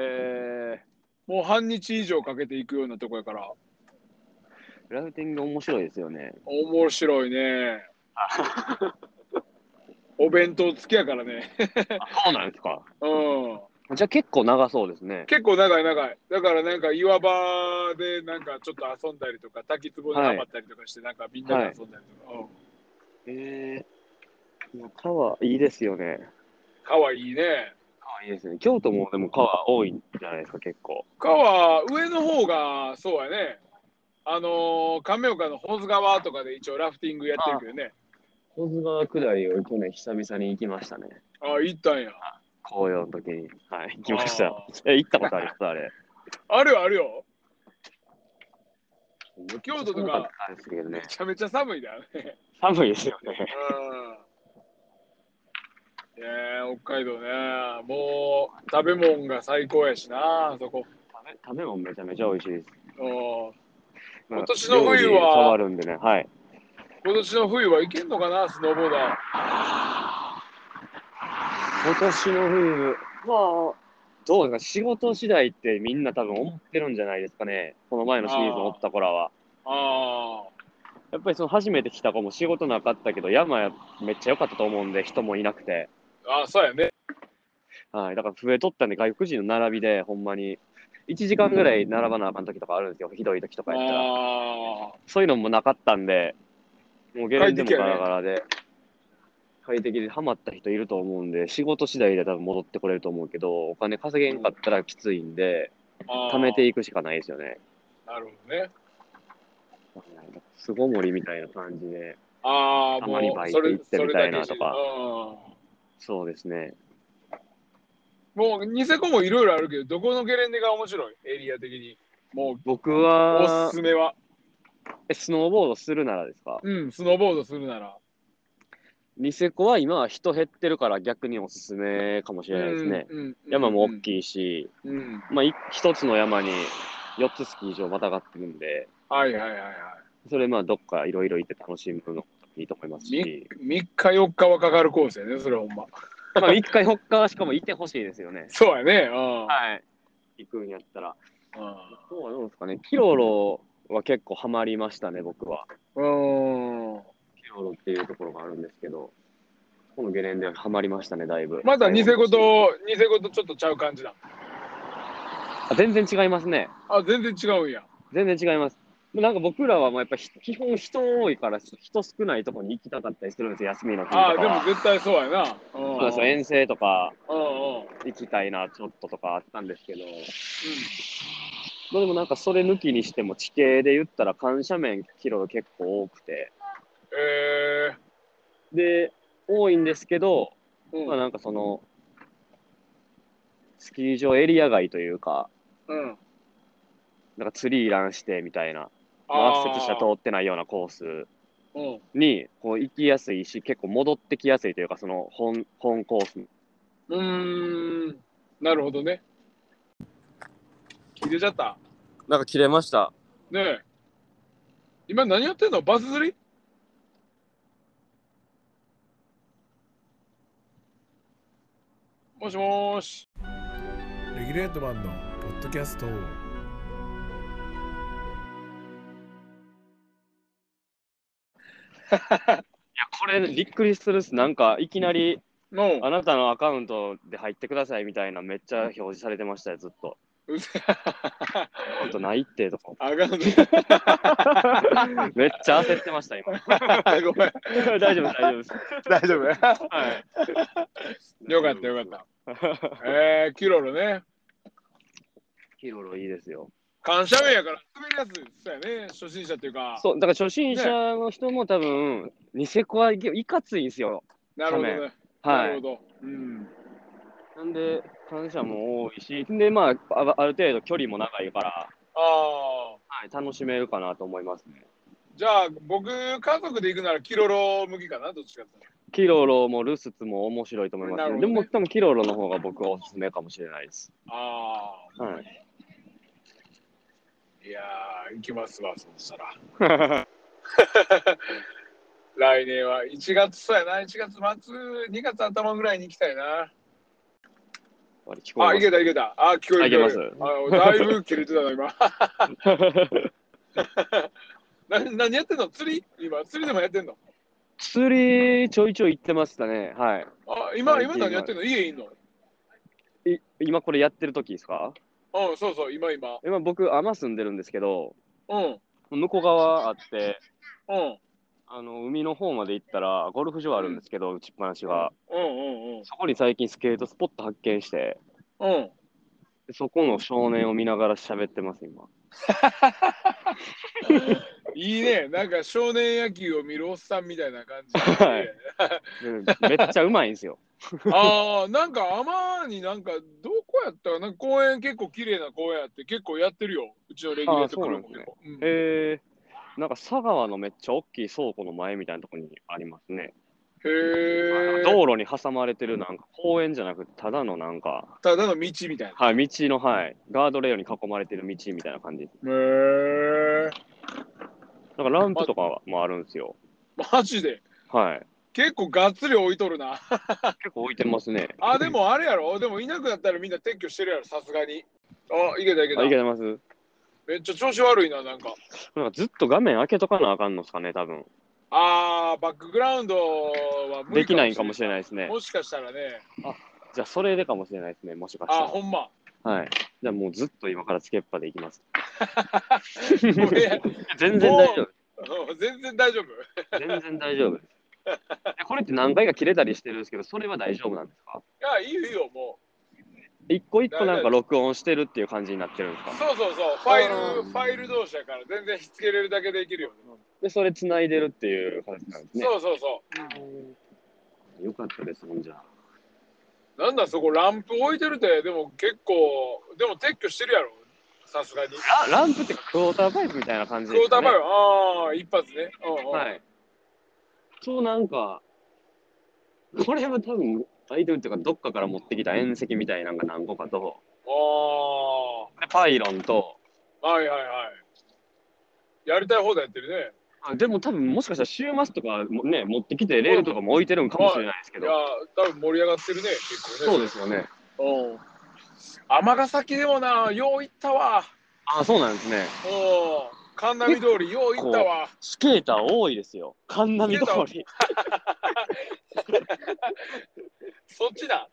[SPEAKER 2] え
[SPEAKER 1] もう半日以上かけていくようなとこやから、
[SPEAKER 2] ー、ラフティング面白いですよ ね。
[SPEAKER 1] 面白い ね。お弁当付きやからね。
[SPEAKER 2] そうなんですか。
[SPEAKER 1] うん。
[SPEAKER 2] じゃあ結構長そうですね。
[SPEAKER 1] 結構長い長い。だからなんか岩場でなんかちょっと遊んだりとか、滝壺でハマったりとかして、なんかみんなで遊んだりとか。うん
[SPEAKER 2] えー、川いいですよね。
[SPEAKER 1] 川いいね。
[SPEAKER 2] 川いいですね。京都もでも川多いんじゃないですか、結構。
[SPEAKER 1] 川、上の方がそうやね。あのー、亀岡の保津川とかで一応ラフティングやってるけどね。
[SPEAKER 2] 保津川下りを去年久々に行きましたね。
[SPEAKER 1] ああ、行ったんや。
[SPEAKER 2] 紅葉の時に。はい、行きまし
[SPEAKER 1] あ
[SPEAKER 2] た。 え、行ったことあります、あれ。
[SPEAKER 1] あるよ、あるよ。京都とか
[SPEAKER 2] あれですけどね
[SPEAKER 1] め。ちゃめちゃ寒いだよね。
[SPEAKER 2] 寒いですよね。
[SPEAKER 1] うん。ねえ、北海道ね。もう食べ物が最高やしな、あそこ。
[SPEAKER 2] 食べ物めちゃめちゃ美味しいです。
[SPEAKER 1] うん
[SPEAKER 2] まあ
[SPEAKER 1] 今年の冬は
[SPEAKER 2] 料理に変わるんでね、はい。
[SPEAKER 1] 今年の冬はいけんのかな、スノーボーダー。
[SPEAKER 2] 今年の冬、まあ、どうですか、仕事次第ってみんな多分思ってるんじゃないですかね。この前のシーズンおった子らは。
[SPEAKER 1] あ
[SPEAKER 2] やっぱりその初めて来た子も仕事なかったけど、山やめっちゃ良かったと思うんで、人もいなくて。
[SPEAKER 1] あ、あそうやね。
[SPEAKER 2] はい、だから増えとったんで、外国人の並びで、ほんまに。1時間ぐらい並ばなあかん時とかあるんですよ、ひどい時とかやったら。
[SPEAKER 1] あ
[SPEAKER 2] そういうのもなかったんで、もうゲレンデもガラガラで、快適でハマった人いると思うんで、仕事次第で多分戻ってこれると思うけど、お金稼げんかったらきついんで、
[SPEAKER 1] あ。
[SPEAKER 2] 貯めて
[SPEAKER 1] い
[SPEAKER 2] いくしかないですよね。
[SPEAKER 1] なるほどね。
[SPEAKER 2] 巣ごもりみたいな感じで、
[SPEAKER 1] ああ、
[SPEAKER 2] た
[SPEAKER 1] も
[SPEAKER 2] まにバ
[SPEAKER 1] う
[SPEAKER 2] イ
[SPEAKER 1] そ
[SPEAKER 2] ト
[SPEAKER 1] れ
[SPEAKER 2] 行ってみたいな
[SPEAKER 1] それだけ
[SPEAKER 2] とか
[SPEAKER 1] し
[SPEAKER 2] そうですね。
[SPEAKER 1] うんもうニセコもいろいろあるけど、どこのゲレンデが面白いエリア的に。もう
[SPEAKER 2] 僕
[SPEAKER 1] お
[SPEAKER 2] は
[SPEAKER 1] す、すめは。
[SPEAKER 2] えスノーボードするならですか
[SPEAKER 1] うん、スノーボードするなら。
[SPEAKER 2] ニセコは今は人減ってるから逆におすすめかもしれないですね。
[SPEAKER 1] うん。うん
[SPEAKER 2] 山も大きいし、
[SPEAKER 1] うんうん。
[SPEAKER 2] まあ、い一つの山に4つスキー場またがってるんで、
[SPEAKER 1] はいはいはいはい。
[SPEAKER 2] それまあどっかいろいろ行って楽しむのもいいと思いますし、
[SPEAKER 1] 3日4日はかかるコースやね、それほんま。
[SPEAKER 2] まあ3日4日はしかもいてほしいです よね。
[SPEAKER 1] そうやね。うん。
[SPEAKER 2] はい。行くんやったら。
[SPEAKER 1] うん
[SPEAKER 2] 今日はどうですかね、キロロは結構ハマりましたね、僕は。
[SPEAKER 1] うん。
[SPEAKER 2] キロロっていうところがあるんですけど、このゲレンデはハマりましたね、だいぶ。
[SPEAKER 1] まだニセコと、ニセコとちょっとちゃう感じだ。
[SPEAKER 2] あ全然違いますね。
[SPEAKER 1] あ、全然違うんや。
[SPEAKER 2] 全然違います。もうなんか僕らはまあやっぱひ基本人多いから人少ないとこに行きたかったりするんですよ、休みの日とか
[SPEAKER 1] あ
[SPEAKER 2] は。
[SPEAKER 1] あ、でも絶対そうやな。
[SPEAKER 2] そうですよ
[SPEAKER 1] うん
[SPEAKER 2] 遠征とか
[SPEAKER 1] うんうん。
[SPEAKER 2] 行きたいな、ちょっととかあったんですけど、まあでもなんかそれ抜きにしても地形で言ったら緩斜面キロ結構多くて、
[SPEAKER 1] え
[SPEAKER 2] で、多いんですけど、
[SPEAKER 1] ーうん
[SPEAKER 2] まあなんかその、スキー場エリア外というか、
[SPEAKER 1] うん。
[SPEAKER 2] なんかツリーランしてみたいな、
[SPEAKER 1] あ
[SPEAKER 2] アクセス車通ってないようなコース
[SPEAKER 1] ーうん。
[SPEAKER 2] にこう行きやすいし、結構戻ってきやすいというか、その本本コース
[SPEAKER 1] うーん。なるほどね。切れちゃった。
[SPEAKER 2] なんか切れました。
[SPEAKER 1] ねえ。今何やってんのバス釣りもしもーし。
[SPEAKER 3] レギュレートマンのポッドキャスト
[SPEAKER 2] これびっくりするっす。なんかいきなり
[SPEAKER 1] も
[SPEAKER 2] あなたのアカウントで入ってくださいみたいなめっちゃ表示されてましたよ、ずっと。
[SPEAKER 1] う。うせ
[SPEAKER 2] アカウントないってとか
[SPEAKER 1] 。あかんね。
[SPEAKER 2] めっちゃ焦ってました、今。
[SPEAKER 1] ごめん。
[SPEAKER 2] 大丈夫、大丈夫です。
[SPEAKER 1] 大丈夫。
[SPEAKER 2] は
[SPEAKER 1] よかったよかった。えー、キロロね。
[SPEAKER 2] キロロいいですよ。
[SPEAKER 1] 感謝面やから滑りやすい。そうやね。初心者っていうか。
[SPEAKER 2] そう、だから初心者の人も多分、ニセコはいけいかついんですよ。
[SPEAKER 1] なるほどね。な
[SPEAKER 2] は
[SPEAKER 1] るほ。
[SPEAKER 2] い
[SPEAKER 1] ど。うん。
[SPEAKER 2] なんで、感謝も多いし、で、まあ、あある程度距離も長いから、
[SPEAKER 1] ああ。
[SPEAKER 2] はい、楽しめるかなと思いますね。
[SPEAKER 1] じゃあ、僕、家族で行くならキロロ向きかな、どっちかっていうと。
[SPEAKER 2] キロロもルスツも面白いと思います、
[SPEAKER 1] なるほ
[SPEAKER 2] ねで
[SPEAKER 1] どね
[SPEAKER 2] も、多分キロロの方が僕はおすすめかもしれないです。
[SPEAKER 1] あ
[SPEAKER 2] はい。
[SPEAKER 1] あ、いやー、行きますわ、そしたら。 来年は1月そうやな、1月末、2月頭ぐらいに行きたいな。
[SPEAKER 2] あれ聞こ
[SPEAKER 1] あ、
[SPEAKER 2] え
[SPEAKER 1] 行けた行けた。あ、聞こえる。
[SPEAKER 2] あ行け
[SPEAKER 1] 聞こえるあだいぶ切れてたな、今。
[SPEAKER 2] ます。
[SPEAKER 1] な 何やってんの釣り今、釣りでもやってんの
[SPEAKER 2] 釣りちょいちょい行ってましたね。は
[SPEAKER 1] あ、今、
[SPEAKER 2] 最
[SPEAKER 1] 今
[SPEAKER 2] 近は
[SPEAKER 1] 何やってんの家いんの
[SPEAKER 2] い。い今これやってる時ですか
[SPEAKER 1] うん、そうそう、今今。
[SPEAKER 2] 今僕、海住んでるんですけど、
[SPEAKER 1] うん、うん。
[SPEAKER 2] 向こう側あって、あの海の方まで行ったら、ゴルフ場あるんですけど、打ちっぱなしは。
[SPEAKER 1] うん
[SPEAKER 2] そこに最近スケートスポット発見して、
[SPEAKER 1] うんうん。うん。
[SPEAKER 2] そこの少年を見ながら喋ってます、今。
[SPEAKER 1] いいね。なんか少年野球を見るおっさんみたいな感じ。
[SPEAKER 2] はいめっちゃうまいんですよ。
[SPEAKER 1] ああ、なんか天になんかどこやったかな公園結構綺麗な公園あって結構やってるよ。うちのレギュレートクルーも結構。うんへ
[SPEAKER 2] えー、なんか佐川のめっちゃ大きい倉庫の前みたいなところにありますね。
[SPEAKER 1] え。
[SPEAKER 2] 道路に挟まれてるなんか公園じゃなくて、ただのなんか、
[SPEAKER 1] ただの道みたいな。へ
[SPEAKER 2] はい、道の、はい、ガードレールに囲まれてる道みたいな感じ。
[SPEAKER 1] え。
[SPEAKER 2] なんかランプとかもあるんですよ。
[SPEAKER 1] マジで
[SPEAKER 2] はい。
[SPEAKER 1] 結構がっつり置いとるな。
[SPEAKER 2] 結構置いてますね。
[SPEAKER 1] あ、でもあれやろでもいなくなったらみんな撤去してるやろ、さすがに。あ、いけたいけ
[SPEAKER 2] あ
[SPEAKER 1] た
[SPEAKER 2] りが。とうございま
[SPEAKER 1] めっちゃ調子悪いな、なんか。
[SPEAKER 2] す。なんかずっと画面開けとかなあかんのですかね、多分。
[SPEAKER 1] あー、バックグラウンドは無理
[SPEAKER 2] できないんかもしれないですね。
[SPEAKER 1] もしかしたらね。
[SPEAKER 2] じゃあそれでかもしれないですね、もしかした
[SPEAKER 1] あ、
[SPEAKER 2] ら。
[SPEAKER 1] ほんま。
[SPEAKER 2] はい。じゃあもうずっと今からつけっぱでいき ます。
[SPEAKER 1] ごめん
[SPEAKER 2] 全然大丈夫。
[SPEAKER 1] 全然大丈夫。
[SPEAKER 2] 全然大丈夫です。えこれって何回か切れたりしてるんですけど、それは大丈夫なんですか
[SPEAKER 1] いや、いいよいいよ、も
[SPEAKER 2] 一個一個なんか録音してるっていう感じになってるんです
[SPEAKER 1] う。
[SPEAKER 2] か
[SPEAKER 1] そうそうそう、ファイル、
[SPEAKER 2] うん
[SPEAKER 1] ファイル同士やから、全然引っつけれるだけでいけるよ、
[SPEAKER 2] で、それ繋いでるっていう感じなんですね。
[SPEAKER 1] そうそうそ
[SPEAKER 2] よかったです、ほんじゃあ。
[SPEAKER 1] う。なんだ、そこ、ランプ置いてるって、でも結構、でも撤去してるやろ、さすがに。ク
[SPEAKER 2] あランプってかクォーターパイプみたいな感じ
[SPEAKER 1] ォーターバイ
[SPEAKER 2] イ
[SPEAKER 1] ブ、ああ、一発ね。うんうん
[SPEAKER 2] はい。そうなんか、これは多分、アイドルっていうか、どっかから持ってきた縁石みたいなのが何個かと、
[SPEAKER 1] あ
[SPEAKER 2] でパイロンと、
[SPEAKER 1] あ、はいはいはい。やりたい放題やってるね。
[SPEAKER 2] あでも多分もしかしたら週末とかもね持ってきてレールとかも置いてるんかもしれないですけ
[SPEAKER 1] いや
[SPEAKER 2] ど、、
[SPEAKER 1] 多分盛り上がってるね、結構
[SPEAKER 2] そう
[SPEAKER 1] ね。
[SPEAKER 2] ですよね。
[SPEAKER 1] そううん。尼崎でもな、よう行ったわ。
[SPEAKER 2] あそうなんですね。
[SPEAKER 1] うん。神波通りよう行ったわ。
[SPEAKER 2] スケーター多いですよ。神波通り。
[SPEAKER 1] そっちだ。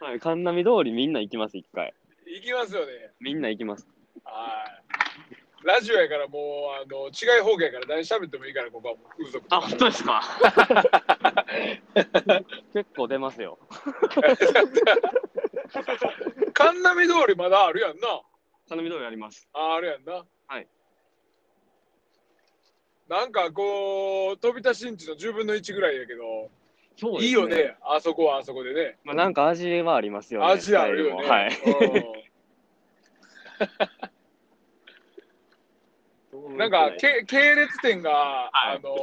[SPEAKER 2] はい、神波通りみんな行きます、一回。
[SPEAKER 1] 行きますよね。
[SPEAKER 2] みんな行きます。
[SPEAKER 1] はい。ラジオやからもうあの違い方言やから何喋ってもいいからここはもう風俗とか
[SPEAKER 2] 当です か結構出ますよ。
[SPEAKER 1] 神波通りまだあるやんな
[SPEAKER 2] 神波通りあります。
[SPEAKER 1] ああるやんな
[SPEAKER 2] はい
[SPEAKER 1] なんかこう飛び出しんちの10分の1ぐらいやけど、
[SPEAKER 2] そうです
[SPEAKER 1] いいよ。ねあそこはあそこでね
[SPEAKER 2] まあ、なんか味はありますよね。
[SPEAKER 1] アジアあるよ
[SPEAKER 2] スタイル
[SPEAKER 1] ね
[SPEAKER 2] もはい。
[SPEAKER 1] うんなんかけ系列店が、
[SPEAKER 2] は
[SPEAKER 1] あ
[SPEAKER 2] い
[SPEAKER 1] の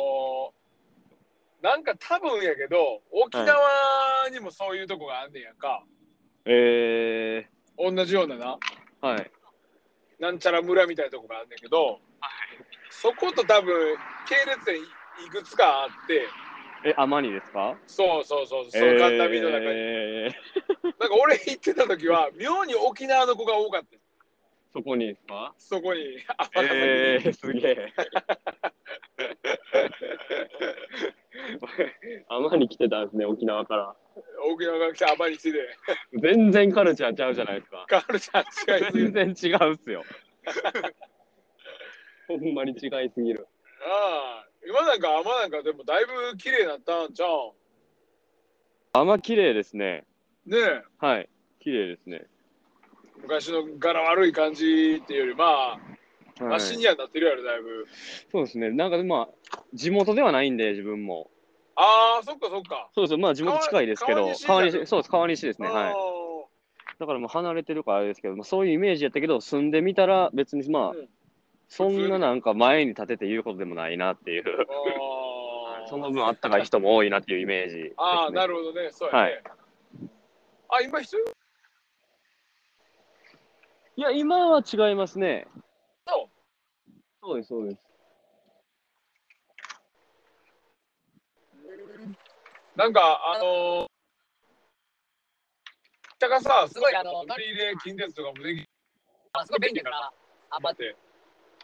[SPEAKER 1] ーなんか多分やけど沖縄にもそういうとこがあんねんやんか、
[SPEAKER 2] え
[SPEAKER 1] 同じようなな
[SPEAKER 2] ー、はい。
[SPEAKER 1] なんちゃら村みたいなとこがあんねんけど、そこと多分系列店いくつかあって
[SPEAKER 2] え、アマニですか
[SPEAKER 1] そうそうそうそうその神田ビの中に、
[SPEAKER 2] えー
[SPEAKER 1] なんか俺行ってた時は妙に沖縄の子が多かったよ
[SPEAKER 2] そこにですか
[SPEAKER 1] そこに 尼崎に
[SPEAKER 2] えー、すげ え。 アマニ来てたんですね、沖縄から。
[SPEAKER 1] 沖縄が来てあまりしてて
[SPEAKER 2] 全然カルチャーちゃうじゃないですか。
[SPEAKER 1] カルチャー違いすぎ
[SPEAKER 2] 全
[SPEAKER 1] る
[SPEAKER 2] 然違うっ すよ。ほんまに違いすぎる。
[SPEAKER 1] ああ今なんか天なんかでもだいぶ綺麗になったんじゃうん
[SPEAKER 2] あま綺麗ですね。
[SPEAKER 1] ねえ
[SPEAKER 2] はい。綺麗ですね。
[SPEAKER 1] 昔の柄悪い感じっていうよりまあ、
[SPEAKER 2] はい、
[SPEAKER 1] 足にはなってるやろだいぶ
[SPEAKER 2] そうですね。なんかまあ、地元ではないんで、自分も。
[SPEAKER 1] ああそっかそっか
[SPEAKER 2] そうですまあ地元近いですけど、
[SPEAKER 1] 川
[SPEAKER 2] 川
[SPEAKER 1] 西じゃん
[SPEAKER 2] 西、そうです、川西ですね。
[SPEAKER 1] あ
[SPEAKER 2] はい。だからもう離れてるからあれですけど、まあ、そういうイメージやったけど、住んでみたら別にまあ、
[SPEAKER 1] うん
[SPEAKER 2] そんななんか前に立てて言うことでもないなっていう、
[SPEAKER 1] ああ
[SPEAKER 2] その分あったかい人も多いなっていうイメージです、ね。
[SPEAKER 1] ああな
[SPEAKER 2] る
[SPEAKER 1] るほどねそうやね、あ今一人
[SPEAKER 2] いや、今は違いますね。
[SPEAKER 1] そ
[SPEAKER 2] そうです、そうです。
[SPEAKER 1] なんかあのー北がさすごいあの乗り入れ近鉄とかもでき
[SPEAKER 4] あすごい便利だから、あ、
[SPEAKER 1] な
[SPEAKER 4] まあ
[SPEAKER 1] っ、て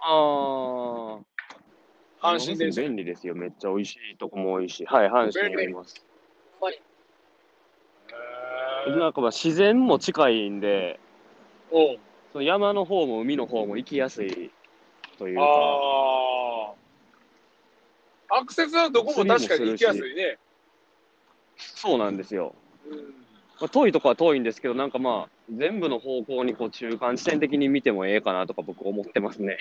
[SPEAKER 2] ああ。
[SPEAKER 1] 阪神電車
[SPEAKER 2] 便利ですよ。めっちゃ美味しいとこも多いし。はい、阪神にあります。
[SPEAKER 1] へー
[SPEAKER 2] なんかまあ自然も近いんで、
[SPEAKER 1] おう
[SPEAKER 2] その山の方も海の方も行きやすいというか、
[SPEAKER 1] ああアクセスはどこも確かに行きやすいね、
[SPEAKER 2] そうなんですよ。
[SPEAKER 1] うん
[SPEAKER 2] まあ、遠いとこは遠いんですけど、なんかまあ、全部の方向にこう中間地点的に見てもええかなとか僕思ってます ね。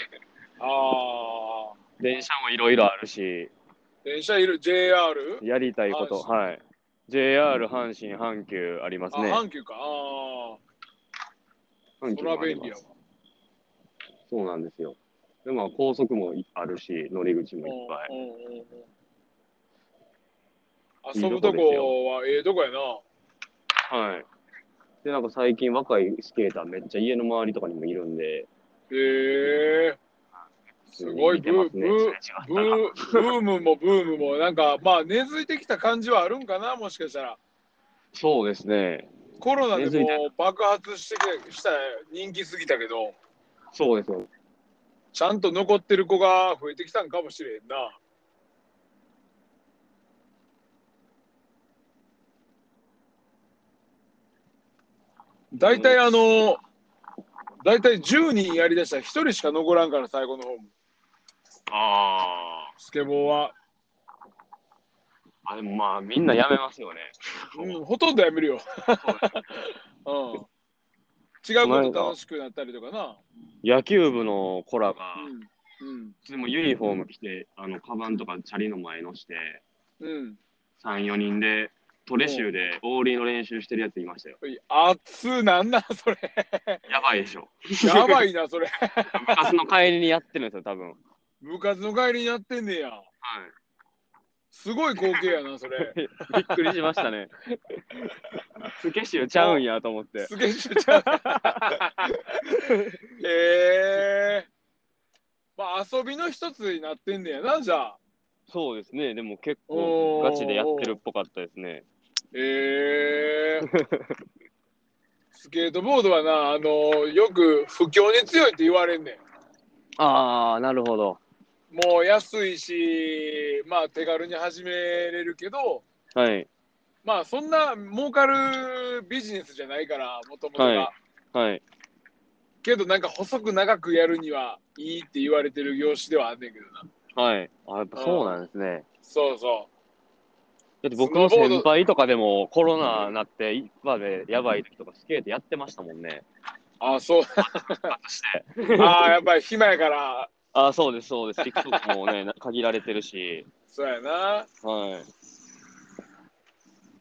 [SPEAKER 1] ああ
[SPEAKER 2] 電車もいろいろあるし、
[SPEAKER 1] 電車いる JR、
[SPEAKER 2] やりたいこと、
[SPEAKER 1] 阪
[SPEAKER 2] はい。JR、阪神、阪急あります
[SPEAKER 1] あ
[SPEAKER 2] ね。
[SPEAKER 1] 阪急かああ
[SPEAKER 2] 阪
[SPEAKER 1] それ
[SPEAKER 2] 急も
[SPEAKER 1] は
[SPEAKER 2] あり
[SPEAKER 1] 便
[SPEAKER 2] ま
[SPEAKER 1] 利やわ
[SPEAKER 2] す。そうなんですよ。でも高速もいあるし、乗り口もいっぱい。
[SPEAKER 1] うんうんうんうん遊ぶとこはええとこやな
[SPEAKER 2] はい。で、なんか最近若いスケーターめっちゃ家の周りとかにもいるんで、
[SPEAKER 1] へえすごいブ
[SPEAKER 2] 見てま
[SPEAKER 1] ー
[SPEAKER 2] す
[SPEAKER 1] ブ
[SPEAKER 2] ね
[SPEAKER 1] ー
[SPEAKER 2] す
[SPEAKER 1] ブー
[SPEAKER 2] れ違ったら
[SPEAKER 1] ブームもブームもなんかまあ根付いてきた感じはあるんかなもしかしたら
[SPEAKER 2] そうですね。
[SPEAKER 1] コロナで
[SPEAKER 2] 根付いた
[SPEAKER 1] もう爆発してきした人気すぎたけど
[SPEAKER 2] そうですよ。
[SPEAKER 1] ちゃんと残ってる子が増えてきたんかもしれんな大体あの大体10人やりだしたら1人しか残らんから最後の方も
[SPEAKER 2] あ
[SPEAKER 1] スケボーは、
[SPEAKER 2] あ。あ、でもまあみんなやめますよね。
[SPEAKER 1] うん、ほとんどやめるよ、 うん、違うこと楽しくなったりとかな、
[SPEAKER 2] 野球部の子らが、
[SPEAKER 1] うん
[SPEAKER 2] でもユニフォーム着て、あの、カバンとかチャリの前乗して、
[SPEAKER 1] うんうん
[SPEAKER 2] 3、4人で、トレシューでオーリーの練習してるやついましたよ。
[SPEAKER 1] 熱なんなそれ
[SPEAKER 2] やばいでしょ。
[SPEAKER 1] やばいなそれ
[SPEAKER 2] 部活の帰りにやってるんですよ、多分。はい。
[SPEAKER 1] 部活の帰りにやってんねやすごい光景やなそ れ
[SPEAKER 2] びっくりしました ね。スケシューちゃうんやと思って。
[SPEAKER 1] すげえしち ゃう。ええまあ遊びの一つになってんねやな、じゃあ。
[SPEAKER 2] そうですね。でも結
[SPEAKER 1] お
[SPEAKER 2] 構
[SPEAKER 1] ー
[SPEAKER 2] ガチでやってるっぽかったですね。
[SPEAKER 1] ええスケートボードはな、あのよく不況に強いって言われんねん。
[SPEAKER 2] ああ、なるほど。
[SPEAKER 1] もう安いし、まあ手軽に始めれるけど、
[SPEAKER 2] はい。
[SPEAKER 1] まあそんな儲かるビジネスじゃないから、もともと
[SPEAKER 2] は
[SPEAKER 1] が
[SPEAKER 2] い。はい。
[SPEAKER 1] けどなんか細く長くやるにはいいって言われてる業種ではあんねんけどな。
[SPEAKER 2] はい。あやっぱそうなんですね。
[SPEAKER 1] そうそ
[SPEAKER 2] だって僕の先輩とかでもコロナになって、一波でやばい時とかスケートやってましたもんね。
[SPEAKER 1] う。ああ、そう。ああ、やっぱり暇やから、
[SPEAKER 2] ああ、そうです、そうです。TikTok もね、な 限られてるし。
[SPEAKER 1] そうやな。
[SPEAKER 2] はい。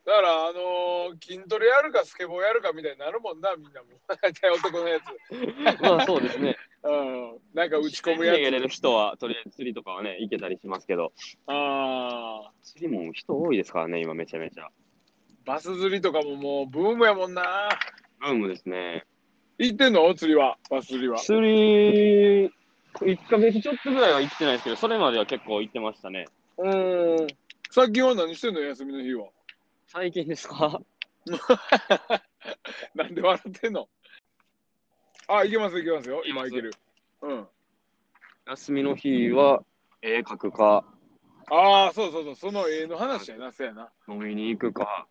[SPEAKER 1] だから、あのー筋トレやるかスケボーやるかみたいになるもんな、みんなも。 大体男のやつ。
[SPEAKER 2] まあ そうですね。
[SPEAKER 1] うん。なんか打ち込む
[SPEAKER 2] 逃
[SPEAKER 1] や
[SPEAKER 2] げれ
[SPEAKER 1] つ。
[SPEAKER 2] る人は、とりあえず釣りとかはね、行けたりしますけど、
[SPEAKER 1] ああ。
[SPEAKER 2] 釣りも人多いですからね、今めちゃめちゃ。
[SPEAKER 1] バス釣りとかももうブームやもんな。
[SPEAKER 2] ブームですね。
[SPEAKER 1] 行ってんの釣りは。バス釣りは。
[SPEAKER 2] 釣り、1ヶ月ちょっとぐらいは行ってないですけど、それまでは結構行ってましたね。
[SPEAKER 1] うん。最近は何してんの休みの日は。
[SPEAKER 2] 最近ですか
[SPEAKER 1] なんで笑ってんのあ、いけますいけますよ。今い
[SPEAKER 2] いけ
[SPEAKER 1] け
[SPEAKER 2] ま
[SPEAKER 1] る。うん。
[SPEAKER 2] 休みの日は、絵描くか、
[SPEAKER 1] ああ、そうそうそう。その絵の話やな。そうやな。
[SPEAKER 2] 飲みに行くか、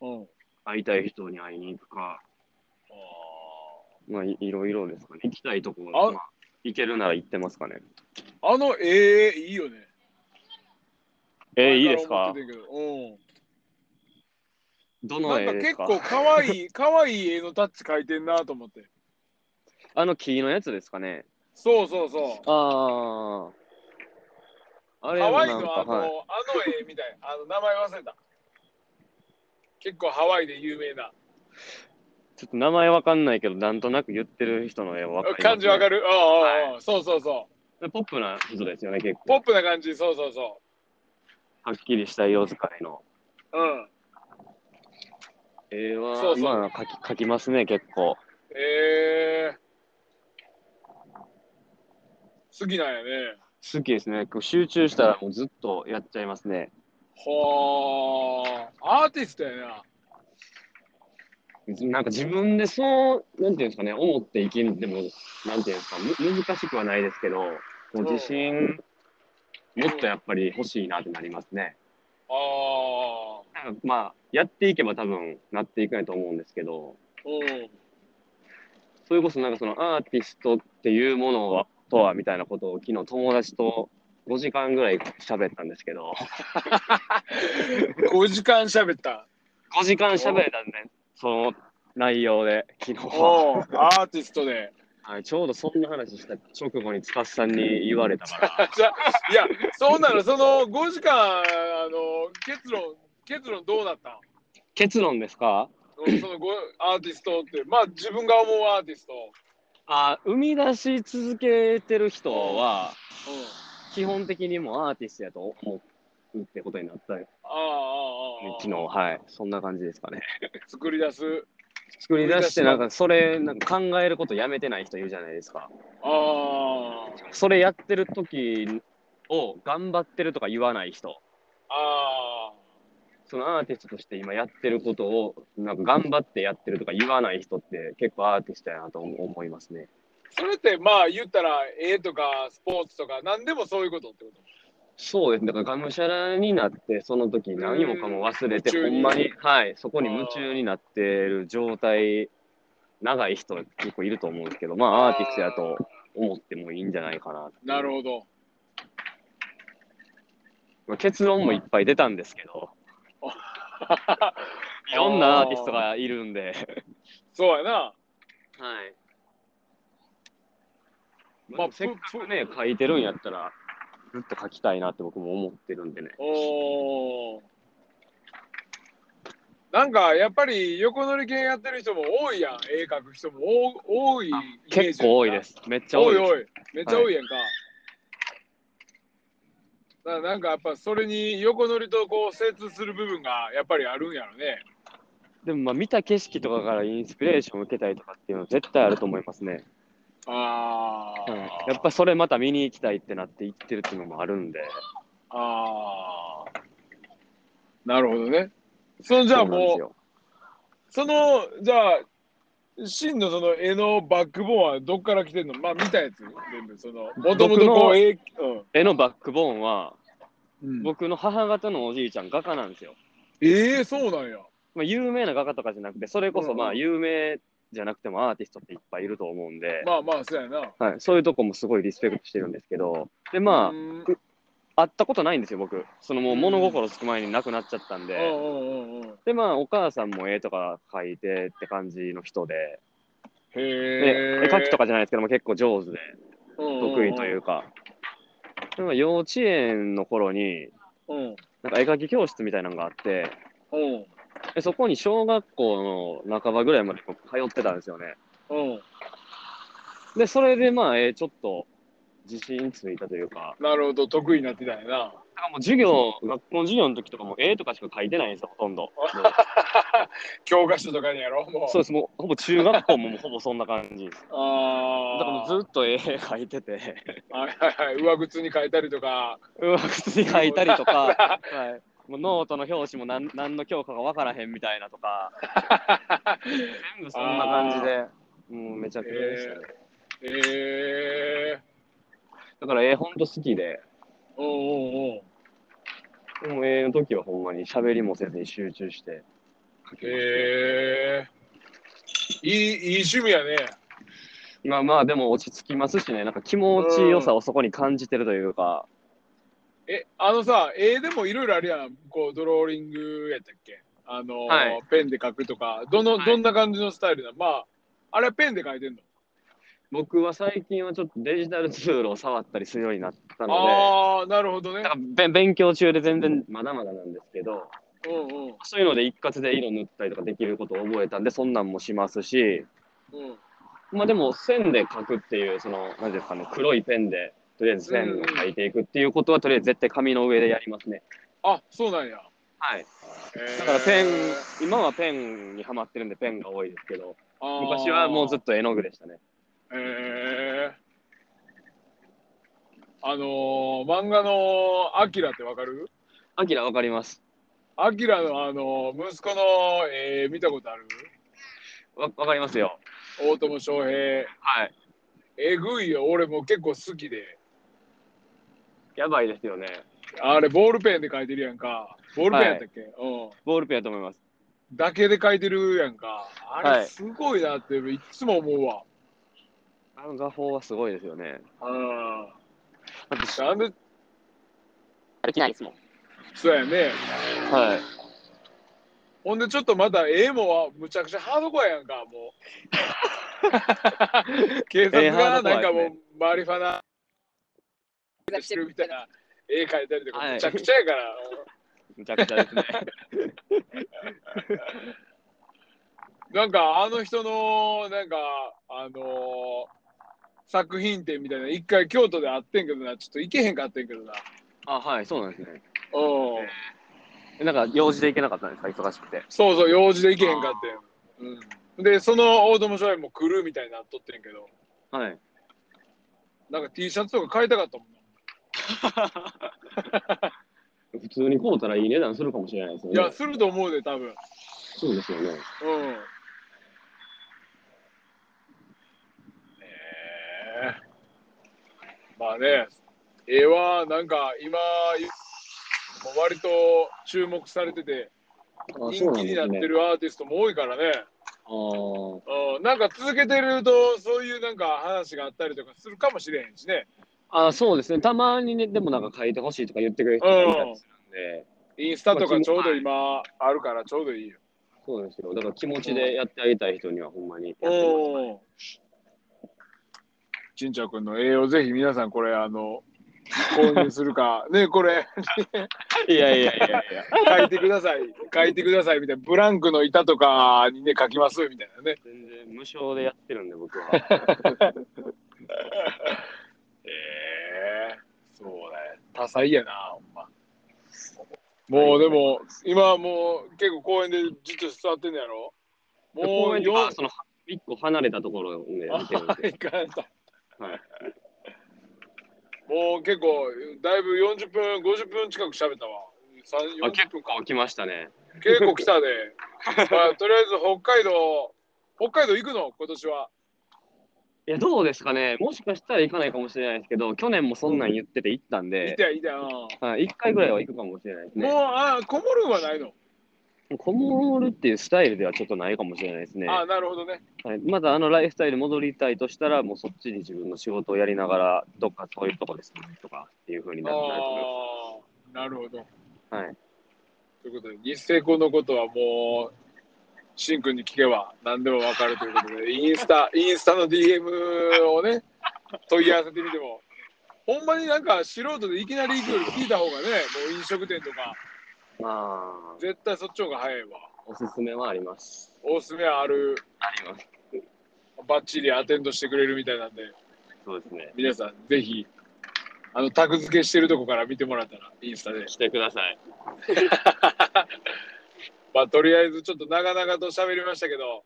[SPEAKER 1] うん。あ
[SPEAKER 2] 会いたい人に会いに行くか、まあいいろいろですかね。行きたいとこ
[SPEAKER 1] あ
[SPEAKER 2] ろ、まあ、行けるなら行ってますかね。
[SPEAKER 1] ああの絵、いいよね。
[SPEAKER 2] えー、いいです
[SPEAKER 1] 前ら思
[SPEAKER 2] か
[SPEAKER 1] っててんけどうん。
[SPEAKER 2] ど
[SPEAKER 1] な
[SPEAKER 2] の
[SPEAKER 1] んか
[SPEAKER 2] 絵で
[SPEAKER 1] 結
[SPEAKER 2] すか
[SPEAKER 1] 構可愛 い、可愛い絵のタッチ描いてんなと思って。
[SPEAKER 2] あの木のやつですかね。
[SPEAKER 1] そうそうそう。
[SPEAKER 2] ああ。あれ
[SPEAKER 1] ハ
[SPEAKER 2] も
[SPEAKER 1] ワイ
[SPEAKER 2] な
[SPEAKER 1] の
[SPEAKER 2] んか、
[SPEAKER 1] あの、あ
[SPEAKER 2] は
[SPEAKER 1] の
[SPEAKER 2] い、
[SPEAKER 1] 絵みたい。あの名前忘れた。結構ハワイで有名な。
[SPEAKER 2] ちょっと名前わかんないけど、なんとなく言ってる人の絵はわかります、ね。
[SPEAKER 1] 感じわか
[SPEAKER 2] る。
[SPEAKER 1] る。うんうんうん。そうそうそう。
[SPEAKER 2] ポップな人ですよね、結
[SPEAKER 1] ポ
[SPEAKER 2] 構
[SPEAKER 1] ッ。プな感じ。そうそうそ
[SPEAKER 2] はっきりした色使いの。
[SPEAKER 1] う。うん。
[SPEAKER 2] 絵は、
[SPEAKER 1] そうそう
[SPEAKER 2] まあ、描き描きますね、結構。
[SPEAKER 1] ええ好きなんやね。
[SPEAKER 2] 好きですね。こう集中したらもうずっとやっちゃいますね。
[SPEAKER 1] はあ。アーティストやな。
[SPEAKER 2] なんか自分でそう、なんていうんですかね、思って生きるでも、なんていうんですか、む難しくはないですけど、こう自信、もっとやっぱり欲しいなってなりますね。
[SPEAKER 1] ああ。
[SPEAKER 2] なんかまあ、やっていけば多分なっていかないと思うんですけど、
[SPEAKER 1] うん。
[SPEAKER 2] それこそなんかそのアーティストっていうものはとはみたいなことを昨日友達と5時間ぐらい喋ったんですけど、
[SPEAKER 1] 5時間喋った。
[SPEAKER 2] 5時間喋れたんで、その内容で昨日、
[SPEAKER 1] おうアーティストで。
[SPEAKER 2] はい、ちょうどそんな話した直後に司さんに言われたから、
[SPEAKER 1] じゃいや、そうなの、その5時間、あの、結論、結論どうなったん
[SPEAKER 2] 結論ですか
[SPEAKER 1] うんそのごアーティストって、まあ自分が思うアーティスト。
[SPEAKER 2] あ生み出し続けてる人は
[SPEAKER 1] うん。
[SPEAKER 2] 基本的にもうアーティストやと思うってことになったんで
[SPEAKER 1] ああ、ああ、ああ。
[SPEAKER 2] 昨日はいそんな感じですかね
[SPEAKER 1] 作り出す。
[SPEAKER 2] 作り出してなんかそれなんか考えることやめてない人いるじゃないですか
[SPEAKER 1] あ
[SPEAKER 2] それやってる時を頑張ってるとか言わない人
[SPEAKER 1] あ、ああ。
[SPEAKER 2] そのアーティストとして今やってることをなんか頑張ってやってるとか言わない人って結構アーティストやなと思思いますね
[SPEAKER 1] それってまあ言ったら絵とかスポーツとか何でもそういうことってこ
[SPEAKER 2] そうですねだからがむしゃらになってその時何もかも忘れて
[SPEAKER 1] うん
[SPEAKER 2] ほんまに、はい、そこに夢中になってる状態長い人結構いると思うんですけどまあアーティストやと思ってもいいんじゃないかな
[SPEAKER 1] となるほど。
[SPEAKER 2] まあ結論もいっぱい出たんですけ ど、いろんなアーティストがいるんで、
[SPEAKER 1] そうやな。
[SPEAKER 2] はい。
[SPEAKER 1] まあ
[SPEAKER 2] まあ、せっかくね、書いてるんやったら、ずっと書きたいなって僕も思ってるんでね。
[SPEAKER 1] おーなんかやっぱり横乗り系やってる人も多いやん。絵描く人も多多いイメージやん
[SPEAKER 2] 結構多いです。めっちゃ
[SPEAKER 1] 多
[SPEAKER 2] 多い
[SPEAKER 1] い
[SPEAKER 2] です。
[SPEAKER 1] 多いめっちゃ多いやんか、だからなんかやっぱそれに横乗りとこう精通する部分がやっぱりあるんやろね
[SPEAKER 2] でも、まあ、見た景色とかからインスピレーションを受けたりとかっていうのは絶対あると思いますね。
[SPEAKER 1] ああ、
[SPEAKER 2] はいやっぱそれまた見に行きたいってなって行ってるっていうのもあるんで。
[SPEAKER 1] ああなるほどねそのじゃあ
[SPEAKER 2] そうなんで
[SPEAKER 1] も
[SPEAKER 2] す
[SPEAKER 1] う
[SPEAKER 2] よ
[SPEAKER 1] そのじゃあ真のその絵のバックボーンはどっから来てんのまあ見たやつ全部そのもともとこう絵、
[SPEAKER 2] 絵のバックボーンは、
[SPEAKER 1] うんうん、
[SPEAKER 2] 僕の母方のおじいちゃん、画家なんですよ。
[SPEAKER 1] ええそうなんや。
[SPEAKER 2] まあ、有名な画家とかじゃなくて、それこ
[SPEAKER 1] うん
[SPEAKER 2] そ
[SPEAKER 1] うん
[SPEAKER 2] まあ有名じゃなくてもアーティストっていっぱいいると思うんで、
[SPEAKER 1] まあまあそうやな。
[SPEAKER 2] はい、そういうとこもすごいリスペクトしてるんですけど、でま
[SPEAKER 1] うんうん
[SPEAKER 2] あ、会ったことないんですよ、僕。そのもう
[SPEAKER 1] うん
[SPEAKER 2] 物心つく前に亡くなっちゃったんで、
[SPEAKER 1] うんうんうん。
[SPEAKER 2] でまあお母さんも絵とか描いてって感じの人で、
[SPEAKER 1] へえ。
[SPEAKER 2] で絵描きと
[SPEAKER 1] か。
[SPEAKER 2] かじゃないですけども結構上手で、得意といううか。でも幼稚園の頃に、
[SPEAKER 1] うん
[SPEAKER 2] なんか絵描き教室みたいなのがあって、
[SPEAKER 1] うん
[SPEAKER 2] でそこに小学校の半ばぐらいまで僕通ってたんですよね。
[SPEAKER 1] うん。
[SPEAKER 2] で、それでまあ、えーちょっと自信ついたというか、
[SPEAKER 1] なるほど得意になってたんやな。
[SPEAKER 2] だからもう授業、学校の授業の時とかも絵とかしか書いてないんですよ、ほとんど。も
[SPEAKER 1] 教科書とかにやろも
[SPEAKER 2] う
[SPEAKER 1] う。
[SPEAKER 2] そうです、もうほぼ中学校も もうほぼそんな感じです。だ
[SPEAKER 1] ああ。
[SPEAKER 2] からもうずっと絵描いてて、
[SPEAKER 1] はいはいはい。上靴に変えたりとか。
[SPEAKER 2] うわ、普通に描いたりとか、はい、もうノートの表紙も何何の教科かわからへんみたいなとか、 全部そんな感じで、もうめちゃくちゃでしたね。
[SPEAKER 1] ええ。
[SPEAKER 2] だから絵ほんと好きで、
[SPEAKER 1] うんうんうん。
[SPEAKER 2] もう絵の時はほんまに喋りもせずに集中して描きましたね。
[SPEAKER 1] ええ。いいいい趣味やね。
[SPEAKER 2] まあまあでも落ち着きますしね、なんか気持ちよさをそこに感じてるというか、
[SPEAKER 1] え、あのさ、絵でもいろいろあるやん。こう、ドローリングやったっけあのー、
[SPEAKER 2] はい
[SPEAKER 1] ペンで描くとか、どの、
[SPEAKER 2] はい
[SPEAKER 1] どんな感じのスタイルなのまあ、あれはペンで描いてんの
[SPEAKER 2] 僕は最近はちょっとデジタルツールを触ったりするようになったので、
[SPEAKER 1] ああ、なるほどね
[SPEAKER 2] な。んかべ勉強中で全然まだまだなんですけど、
[SPEAKER 1] うんうん。
[SPEAKER 2] そういうので一括で色塗ったりとかできることを覚えたんで、そんなんもしますし、
[SPEAKER 1] うん、
[SPEAKER 2] まあでも線で描くっていう、その、なんていうんですかね、黒いペンで、とりあえず線を描いていくっていうことは、とりあえず絶対紙の上でやりますね。
[SPEAKER 1] あ、そうなんや。
[SPEAKER 2] はい。
[SPEAKER 1] えー
[SPEAKER 2] だからペン、今はペンにはまってるんでペンが多いですけど、
[SPEAKER 1] あー
[SPEAKER 2] 昔はもうずっと絵の具でしたね。
[SPEAKER 1] えーあのー、漫画の「アキラってわかる
[SPEAKER 2] アキラわかります。
[SPEAKER 1] アキラの、あのー息子の、えー見たことある
[SPEAKER 2] わわかりますよ。
[SPEAKER 1] 大友翔平。
[SPEAKER 2] はい。
[SPEAKER 1] えぐいよ、俺も結構好きで。
[SPEAKER 2] やばいですよね。
[SPEAKER 1] あれ、ボールペンで書いてるやんか。ボールペンやったっけ、うん。
[SPEAKER 2] ボールペンやと思います。
[SPEAKER 1] だけで書いてるやんか。あ
[SPEAKER 2] は
[SPEAKER 1] れ、
[SPEAKER 2] い
[SPEAKER 1] すごいなって、いつも思うわ。
[SPEAKER 2] あの画法はすごいですよね。
[SPEAKER 1] うん。
[SPEAKER 2] だって
[SPEAKER 1] なんで、
[SPEAKER 4] 歩きないですもん。
[SPEAKER 1] そうやね。
[SPEAKER 2] はい。
[SPEAKER 1] ほんで、ちょっとまた絵もむちゃくちゃハードコアやんか、も う。警察がなんかもう、マリファナしてるみたいな絵描いたりとか、
[SPEAKER 2] はい
[SPEAKER 1] むちゃくちゃやから。
[SPEAKER 2] むちゃくちゃですね。
[SPEAKER 1] なんかあの人のなんかあのー作品展みたいな一回京都であってんけどなちょっと行けへんかってんけどな
[SPEAKER 2] あ、はい、そうなんですね。
[SPEAKER 1] うん
[SPEAKER 2] え なんか用事で行けなかったんですか、忙しくて。
[SPEAKER 1] そうそう用事で行けへんかってん、うん、でその大友少年も来るみたいになっとってんけど
[SPEAKER 2] はい。
[SPEAKER 1] なんか T シャツとか買いたかったもんな
[SPEAKER 2] 普通に買うたらいい値段するかもしれないですよ
[SPEAKER 1] いやすると思うで多分
[SPEAKER 2] そうですよね。
[SPEAKER 1] うんねえまあね絵はなんか今もう割と注目されてて
[SPEAKER 2] あ、
[SPEAKER 1] 人気になって。るアーティストも多いからね
[SPEAKER 2] あー
[SPEAKER 1] うんなんか続けてるとそういうなんか話があったりとかするかもしれへんしね
[SPEAKER 2] あ、そうですね。たまにね、でもなんか書いてほしいとか言ってくれる人がいたりするんで、
[SPEAKER 1] インスタとかちょうど今あるからちょうどいいよ。
[SPEAKER 2] そうですよ。だから気持ちでやってあげたい人にはほんまにやってます。
[SPEAKER 1] おちんちゃんくんの栄養ぜひ皆さんこれあの購入するか ねこれ
[SPEAKER 2] いやいやいやいや。
[SPEAKER 1] 書いてください 書いてくださいみたいなブランクの板とかにね書きますみたいなね。
[SPEAKER 2] 全然無償でやってるんで 僕は。
[SPEAKER 1] ええそうね多彩やなほんま。もうでも今もう結構公園でじっと座ってんのやろ も
[SPEAKER 2] 公
[SPEAKER 1] う
[SPEAKER 2] 園と
[SPEAKER 1] よ
[SPEAKER 2] かその一個離れたところで見てるん
[SPEAKER 1] あ
[SPEAKER 2] で。
[SPEAKER 1] 行かれた
[SPEAKER 2] はい。
[SPEAKER 1] もう結構だいぶ40分50分近く喋ったわさん
[SPEAKER 2] あ
[SPEAKER 1] 40
[SPEAKER 2] 結
[SPEAKER 1] 分
[SPEAKER 2] 構来ましたね。
[SPEAKER 1] 結構来たで、まあ、とりあえず北海道北海道行くの今年は。
[SPEAKER 2] いや、どうですかね。もしかしたら行かないかもしれないですけど、去年もそんなん言ってて行ったん
[SPEAKER 1] 行っ
[SPEAKER 2] で
[SPEAKER 1] た、よ、行ったよ。
[SPEAKER 2] はい、1回ぐらいは行くかもしれないです
[SPEAKER 1] もう、
[SPEAKER 2] ね。
[SPEAKER 1] あ、こもるんはないの。
[SPEAKER 2] こもるっていうスタイルではちょっとないかもしれないですね。
[SPEAKER 1] あ、なるほどね。
[SPEAKER 2] はい、まだあのライフスタイル戻りたいとしたら、もうそっちに自分の仕事をやりながら、どっかそういうとこですねとかっていうふうに
[SPEAKER 1] あ
[SPEAKER 2] なるんだと思い
[SPEAKER 1] あ、なるほど。
[SPEAKER 2] ます。はい、
[SPEAKER 1] ということで、日成君のことはもう、しんくんに聞けば何でもわかるということ で、インスタ、インスタの DM をね、問い合わせてみても、ほんまになんか素人でいきなり行くより聞いた方がね、もう飲食店とか、
[SPEAKER 2] まあ、
[SPEAKER 1] 絶対そっちの方が早いわ。
[SPEAKER 2] おすすめはあります。
[SPEAKER 1] おすすめはある、
[SPEAKER 2] あります。
[SPEAKER 1] バッチリアテンドしてくれるみたいなんで、
[SPEAKER 2] そうですね。
[SPEAKER 1] 皆さんぜひ、あの、タグ付けしてるとこから見てもらったら、インスタで。
[SPEAKER 2] 来てください。
[SPEAKER 1] まあ、とりあえずちょっと長々と喋りましたけど、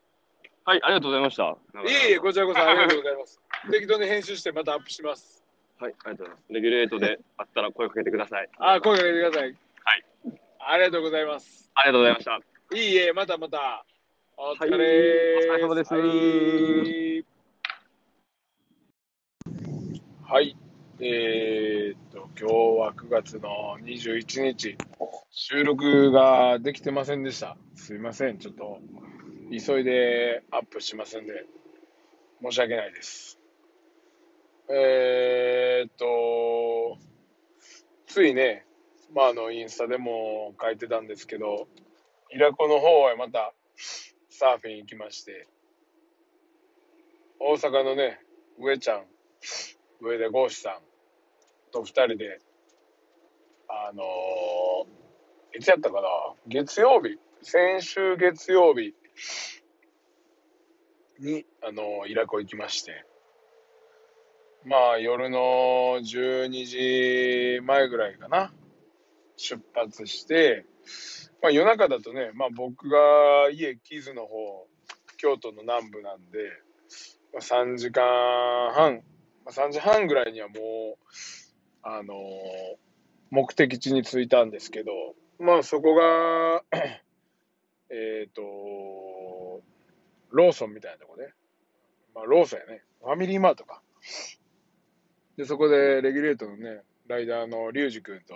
[SPEAKER 2] はい、ありがとうございました。
[SPEAKER 1] いえいえ、こちらこそありがとうございます。適当に編集してまたアップします。
[SPEAKER 2] はい、ありがとうございます。レギュレートであったら声かけてください。
[SPEAKER 1] あ、
[SPEAKER 2] あ
[SPEAKER 1] 声かけてください。
[SPEAKER 2] はい。
[SPEAKER 1] ありがとうございます。
[SPEAKER 2] りがとうございました。
[SPEAKER 1] いいえ、またまた。お疲れ、
[SPEAKER 2] はいお疲れ様です
[SPEAKER 1] はい。はいえーっと、今日は9月の21日、収録ができてませんでした。すいません、ちょっと、急いでアップしますんで、申し訳ないです。えーっと、ついね、まあ、あのインスタでも書いてたんですけどイラコの方へまたサーフィン行きまして大阪のね上ちゃん上田剛志さんと2人であのーいつやったかな月曜日先週月曜日に、あのーイラコ行きましてまあ夜の12時前ぐらいかな出発して、まあ、夜中だとね、まあ、僕が家木津の方京都の南部なんで、まあ、3時間半、まあ、3時半ぐらいにはもう、あのー目的地に着いたんですけど、まあ、そこが えっとローソンみたいなとこね、まあ、ローソンやねファミリーマートかでそこでレギュレートのねライダーのリュウジ君と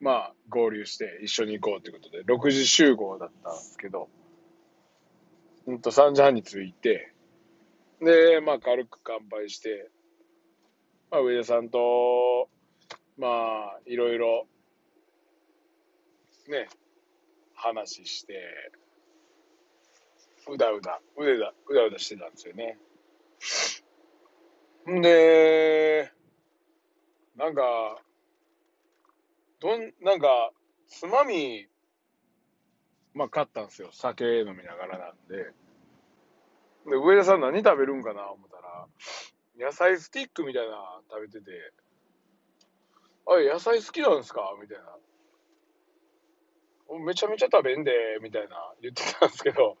[SPEAKER 1] まあ、合流して一緒に行こうということで、6時集合だったんですけど、うんと3時半に着いて、で、まあ、軽く乾杯して、まあ、上田さんと、まあ、いろいろ、ね、話して、うだうだ、うだうだうだしてたんですよね。んで、なんか、どん、なんか、つまみ、まあ、買ったんですよ。酒飲みながらなんで。で、上田さん何食べるんかな思ったら、野菜スティックみたいなの食べてて、あれ、野菜好きなんですかみたいな。おめちゃめちゃ食べんで、みたいな言ってたんですけど、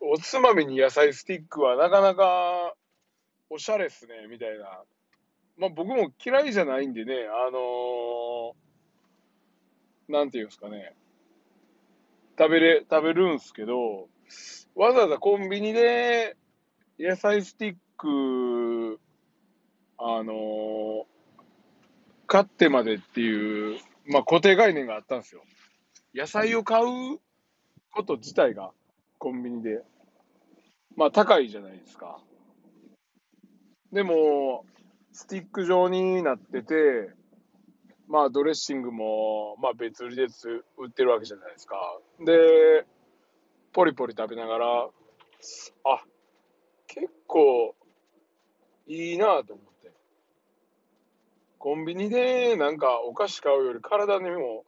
[SPEAKER 1] おつまみに野菜スティックはなかなかおしゃれっすね、みたいな。まあ僕も嫌いじゃないんでね、あのー、なんていうんですかね、食べれ、食べるんすけど、わざわざコンビニで野菜スティック、あのー買ってまでっていう、まあ固定概念があったんですよ。野菜を買うこと自体がコンビニで、まあ高いじゃないですか。でも、スティック状になってて、まあドレッシングも、まあ、別売りでつ売ってるわけじゃないですか。で、ポリポリ食べながら、あ結構いいなと思って。コンビニでなんかお菓子買うより体にも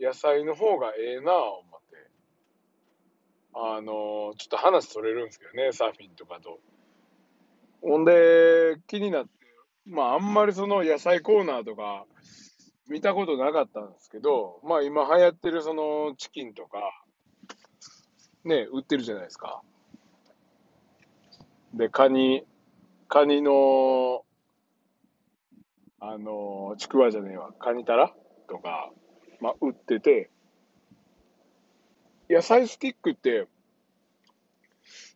[SPEAKER 1] 野菜の方がええな思って。あの、ちょっと話それるんですけどね、サーフィンとかと。ほんで、気になって、まああんまりその野菜コーナーとか、見たことなかったんですけど、まあ今流行ってるそのチキンとか、ね、売ってるじゃないですか。で、カニ、カニの、あの、ちくわじゃねえわ、カニタラとか、まあ売ってて、野菜スティックって、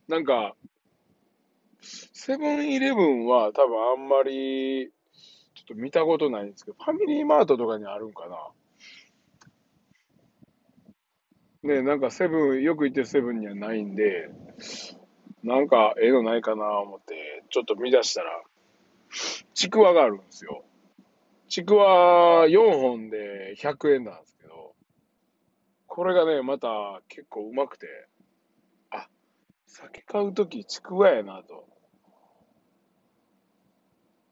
[SPEAKER 1] なんか、セブンイレブンは多分あんまり、ちょっと見たことないんですけど、ファミリーマートとかにあるんかな。ねなんかセブン、よく行ってるセブンにはないんで、なんかええのないかな思って、ちょっと見出したら、ちくわがあるんですよ。ちくわ4本で100円なんですけど、これがね、また結構うまくて、あ、酒買うときちくわやなと。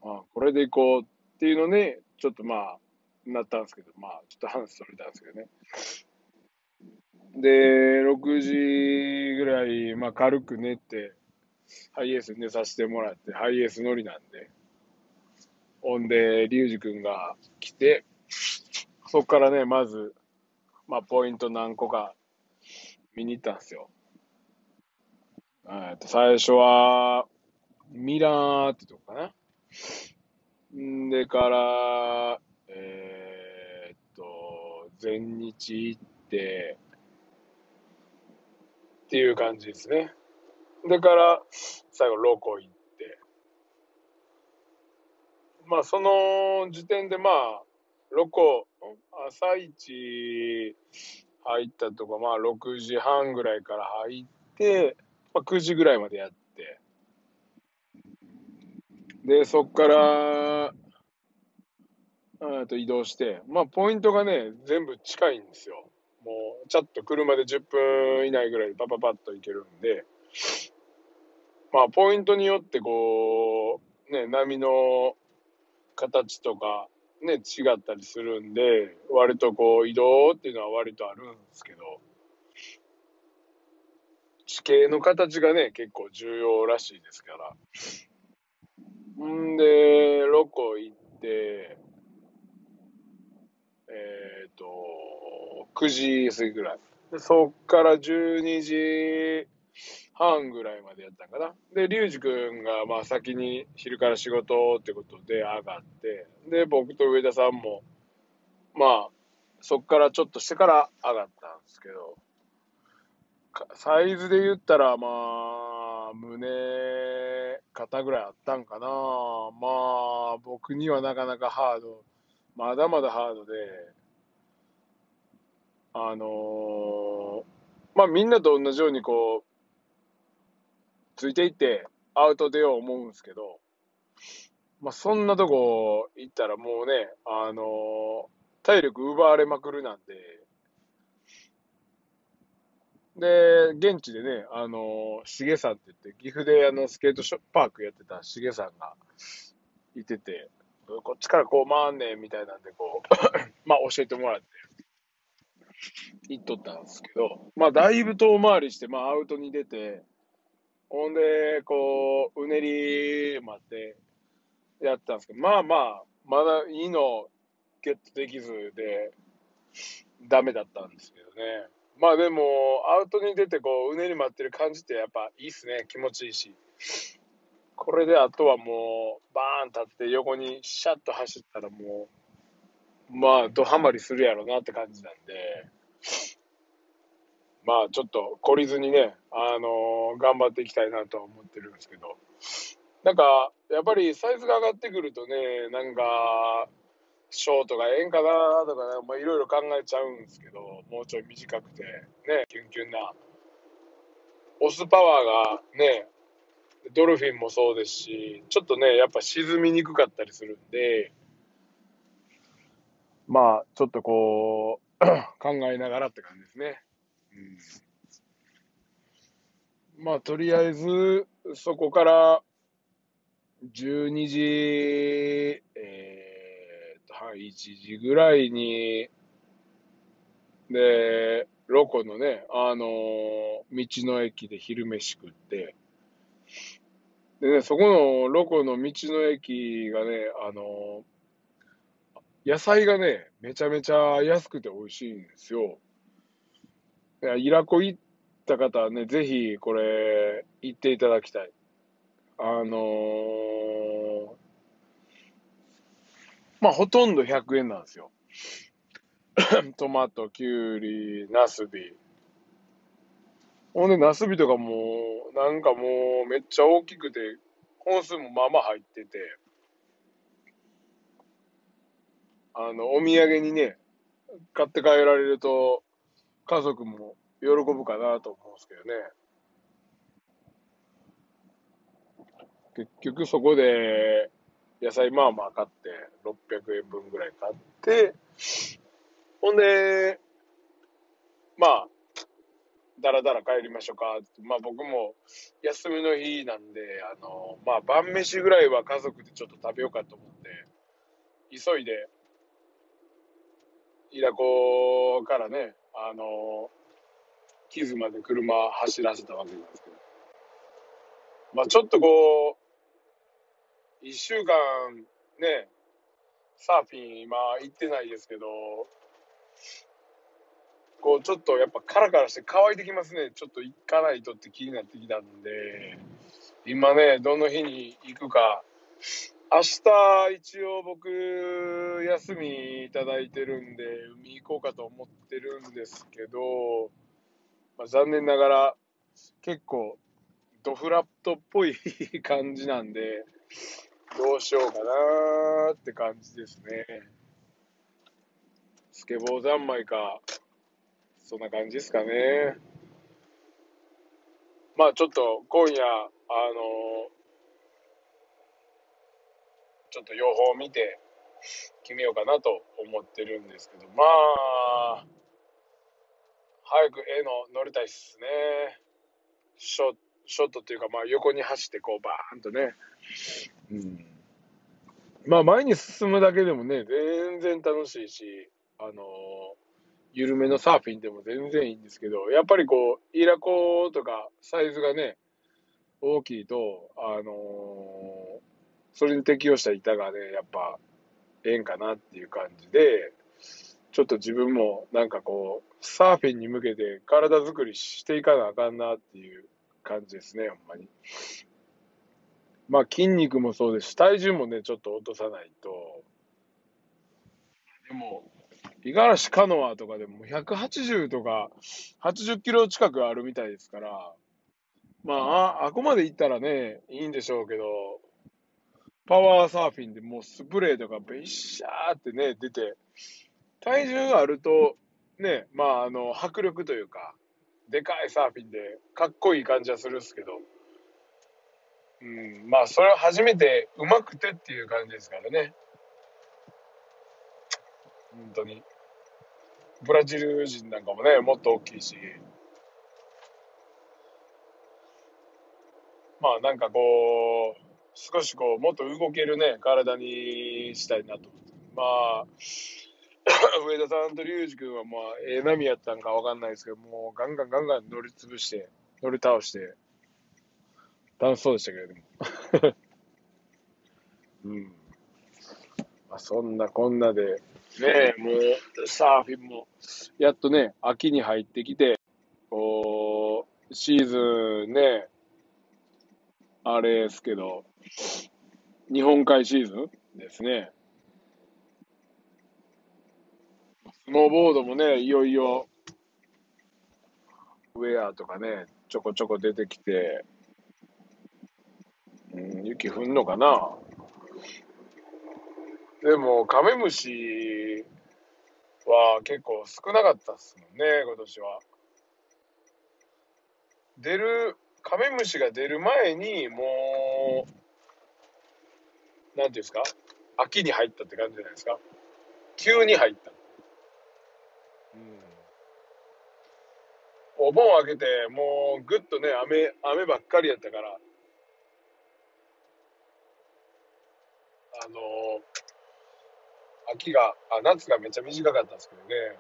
[SPEAKER 1] あ、これでいこうっていうのね、ちょっとまあ、なったんですけど、まあ、ちょっと話それたんですけどね。で、6時ぐらい、まあ、軽く寝て、ハイエース寝させてもらって、ハイエース乗りなんで。ほんで、リュウジ君が来て、そこからね、まず、まあ、ポイント何個か見に行ったんですよ。えっと、最初は、ミラーってとこかな。んでから、えーっと、全日行って、っていう感じですね。でから、最後、ロコ行って、まあ、その時点で、まあ、ロコ、朝一入ったとか、まあ、6時半ぐらいから入って、まあ、9時ぐらいまでやって、で、そこから、えっと移動して、まあ、ポイントがね、全部近いんですよ。もう、ちゃっと車で10分以内ぐらいでパパパッと行けるんで、まあ、ポイントによって、こう、ね、波の形とかね違ったりするんで割とこう移動っていうのは割とあるんですけど地形の形がね結構重要らしいですからんでロコ行ってえっ、と9時過ぎぐらいでそっから12時半ぐらいまでやったんかな。で、リュウジ君がまあ先に昼から仕事ってことで上がって、で、僕と上田さんも、まあ、そっからちょっとしてから上がったんですけど、かサイズで言ったら、まあ、胸、肩ぐらいあったんかな。まあ、僕にはなかなかハード、まだまだハードで、あのーまあみんなと同じようにこう、ついていってアウト出よう思うんですけど、まあ、そんなとこ行ったらもうね、あのー体力奪われまくるなんで、で、現地でね、あのー、しげさんって言って、岐阜であのスケートショパークやってたしげさんがいてて、こっちからこう回んねんみたいなんで、こう、ま あ教えてもらって、行っとったんですけど、まあだいぶ遠回りして、まあアウトに出て、ほんで、こう、うねりまでやってたんですけど、まあまあ、まだいいのゲットできずで、ダメだったんですけどね。まあでも、アウトに出て、こう、うねり待ってる感じってやっぱいいっすね。気持ちいいし。これであとはもう、バーン立って横にシャッと走ったらもう、まあ、ドハマりするやろなって感じなんで。まあちょっと懲りずにね、あのー頑張っていきたいなとは思ってるんですけど、なんかやっぱりサイズが上がってくるとね、なんかショートがええんかなとかね、まあ、いろいろ考えちゃうんですけど、もうちょい短くて、ね、キュンキュンな。オスパワーがね、ドルフィンもそうですし、ちょっとね、やっぱ沈みにくかったりするんで、まあちょっとこう、 考えながらって感じですね。うんまあ、とりあえず、そこから、12時、えーと、はい、1時ぐらいに、で、ロコのね、あのー道の駅で昼飯食って、でね、そこのロコの道の駅がね、あのー野菜がね、めちゃめちゃ安くて美味しいんですよ。いや、イラコ行った方はね、ぜひこれ、行っていただきたい。あのーまあ、ほとんど100円なんですよ。 トマト、キュウリ、ナスビ、ほんで、ナスビとかもう、なんかもう、めっちゃ大きくて、本数もまあまあ入ってて、あの、お土産にね、買って帰られると、家族も喜ぶかなと思うんですけどね。結局そこで、野菜まあまあ買って、600円分ぐらい買って、ほんで、まあ、だらだら帰りましょうかってまあ僕も休みの日なんで、あの、まあ晩飯ぐらいは家族でちょっと食べようかと思って、急いで、イラコからね、あの、キズまで車走らせたわけなんですけど、まあちょっとこう、一週間ね、サーフィン今行ってないですけど、こうちょっとやっぱカラカラして乾いてきますねちょっと行かないとって気になってきたんで今ねどの日に行くか明日一応僕休みいただいてるんで海行こうかと思ってるんですけど、まあ、残念ながら結構ドフラットっぽい感じなんでどうしようかなーって感じですねスケボー三昧かそんな感じですかね。まあちょっと今夜、あのちょっと予報を見て決めようかなと思ってるんですけど、まあ、早く絵の乗りたいっすね。ショショットっていうか、まあ横に走ってこうバーンとね。
[SPEAKER 2] うん。
[SPEAKER 1] まあ前に進むだけでもね、全然楽しいし、あの緩めのサーフィンでも全然いいんですけど、やっぱりこう、イラコとかサイズがね、大きいと、あのーそれに適応した板がね、やっぱ、ええんかなっていう感じで、ちょっと自分もなんかこう、サーフィンに向けて体作りしていかなあかんなっていう感じですね、ほんまに。まあ筋肉もそうですし、体重もね、ちょっと落とさないと。でも、五十嵐カノアとかでも180とか80キロ近くあるみたいですから、まあ、ああこまで行ったらね、いいんでしょうけど、パワーサーフィンでもうスプレーとかべっしゃーってね、出て、体重があると、ね、まあ、あの、迫力というか、でかいサーフィンでかっこいい感じはするんですけど、うん、まあ、それは初めてうまくてっていう感じですからね。本当に。ブラジル人なんかもね、もっと大きいし。まあなんかこう、少しこう、もっと動けるね、体にしたいなと思って。まあ、 上田さんと龍二君はまあ、ええ波やったんかわかんないですけど、もうガンガンガンガン乗り潰して、乗り倒して、楽しそうでしたけれども。 うん。まあそんなこんなで、ねえ、もう、サーフィンも、やっとね、秋に入ってきて、こう、シーズンね、あれですけど、日本海シーズンですね。スノーボードもね、いよいよ、ウェアとかね、ちょこちょこ出てきて、うん、雪降んのかなでも、カメムシは結構少なかったっすもんね、今年は。出る、カメムシが出る前に、もう、なんていうんですか、秋に入ったって感じじゃないですか。急に入った。うん。お盆明けて、もうぐっとね、雨、雨ばっかりやったから、あのー秋があ夏がめっちゃ短かったんですけどね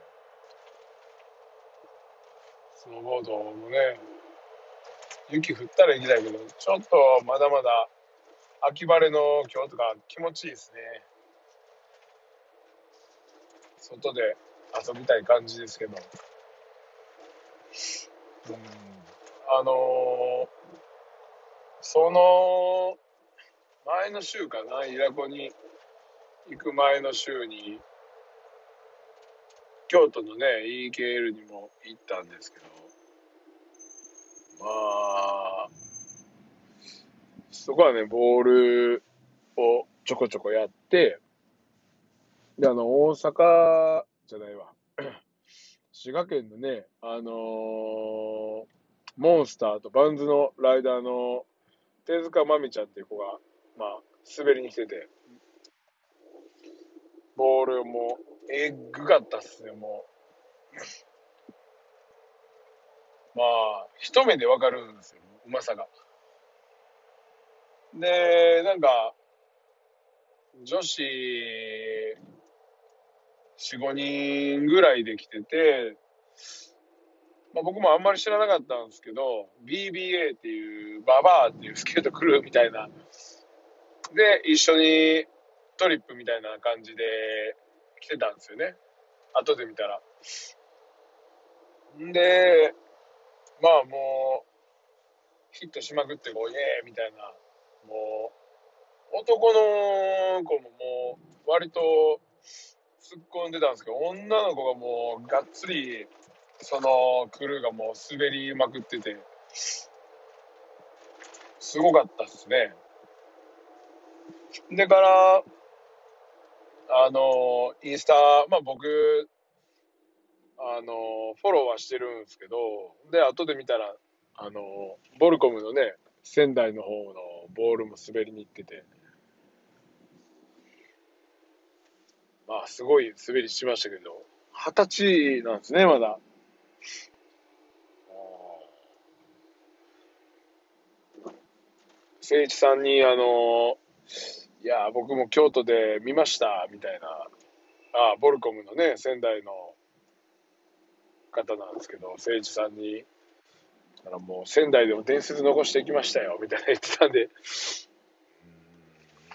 [SPEAKER 1] スノーボードもね雪降ったらいいんだけどちょっとまだまだ秋晴れの今日とか気持ちいいですね外で遊びたい感じですけどうんあのーその前の週かなイラコに行く前の週に京都のね EKL にも行ったんですけどああ。そこはね、ボールをちょこちょこやって、で、あの、大阪じゃないわ。 滋賀県のね、あのーモンスターとバンズのライダーの手塚まみちゃんっていう子が、まあ、滑りに来てて、ボールもう、えぐかったっすね、もう。まあ、一目でわかるんですよ、うまさが。で、なんか、女子4、5人ぐらいで来てて、まあ、僕もあんまり知らなかったんですけど、BBA っていう、ババアっていうスケートクルーみたいな、で、一緒にトリップみたいな感じで来てたんですよね、後で見たら。んで、まあもう、ヒットしまくって、こう、イエーイみたいな。もう、男の子ももう、割と突っ込んでたんですけど、女の子がもう、がっつり、そのクルーがもう滑りまくってて、すごかったっすね。でから、あの、インスタ、まあ僕、あの、フォローはしてるんですけど、で、後で見たら、あの、ボルコムのね、仙台の方のボールも滑りに行ってて、まあ、すごい滑りしましたけど、二十歳なんですね、まだ。誠一さんに、あの、いや、僕も京都で見ました、みたいな、あボルコムのね、仙台の方なんですけど、誠一さんに、だからもう仙台でも伝説残していきましたよみたいな言ってたんで、う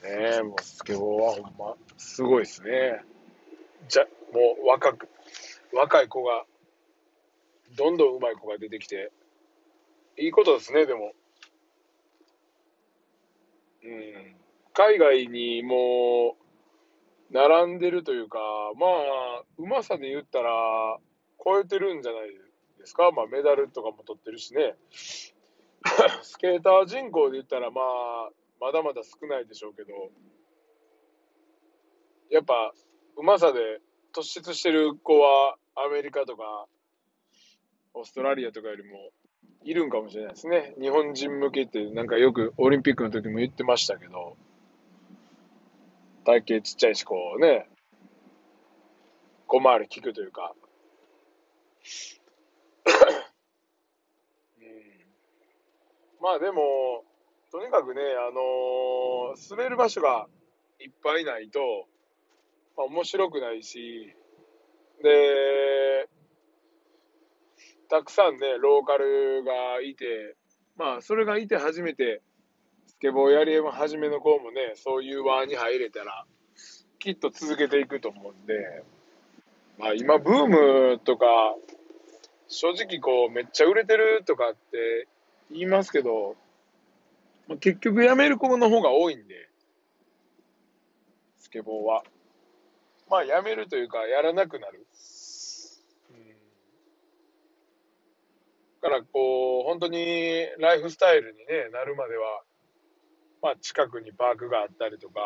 [SPEAKER 1] ーんねえ、もうスケボーはほんま、すごいですね。じゃ、もう若く、若い子が、どんどん上手い子が出てきて、いいことですね、でも。うん。海外にもう、並んでるというか、まあ、うまさで言ったら、超えてるんじゃないですか、まあ、メダルとかも取ってるしね、 スケーター人口で言ったら、まあ、まだまだ少ないでしょうけど、やっぱ、うまさで突出してる子は、アメリカとか、オーストラリアとかよりも、いるんかもしれないですね。日本人向けって、なんかよくオリンピックの時も言ってましたけど、体型ちっちゃいし、こうね、小回り利くというか、 うんまあでも、とにかくね、あのー滑る場所がいっぱいないと、まあ、面白くないし、で、たくさんね、ローカルがいて、まあ、それがいて初めて、スケボーやりえも初めの子もね、そういう輪に入れたら、きっと続けていくと思うんで、まあ、今、ブームとか、正直こうめっちゃ売れてるとかって言いますけど、まあ、結局辞める子の方が多いんでスケボーはまあ辞めるというかやらなくなるうんだからこう本当にライフスタイルに、ね、なるまでは、まあ、近くにパークがあったりとか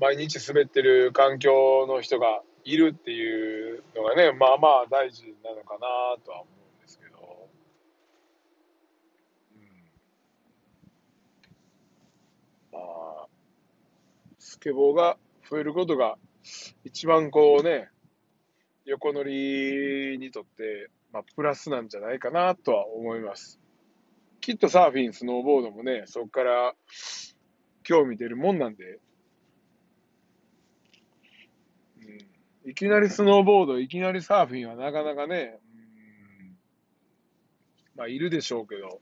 [SPEAKER 1] 毎日滑ってる環境の人がいるっていうのがねまあまあ大事なのかなとは思うんですけど、うん、まあスケボーが増えることが一番こうね横乗りにとって、まあ、プラスなんじゃないかなとは思いますきっとサーフィンスノーボードもねそこから興味出るもんなんで、うん、いきなりスノーボード、いきなりサーフィンはなかなかね、うんまあ、いるでしょうけど、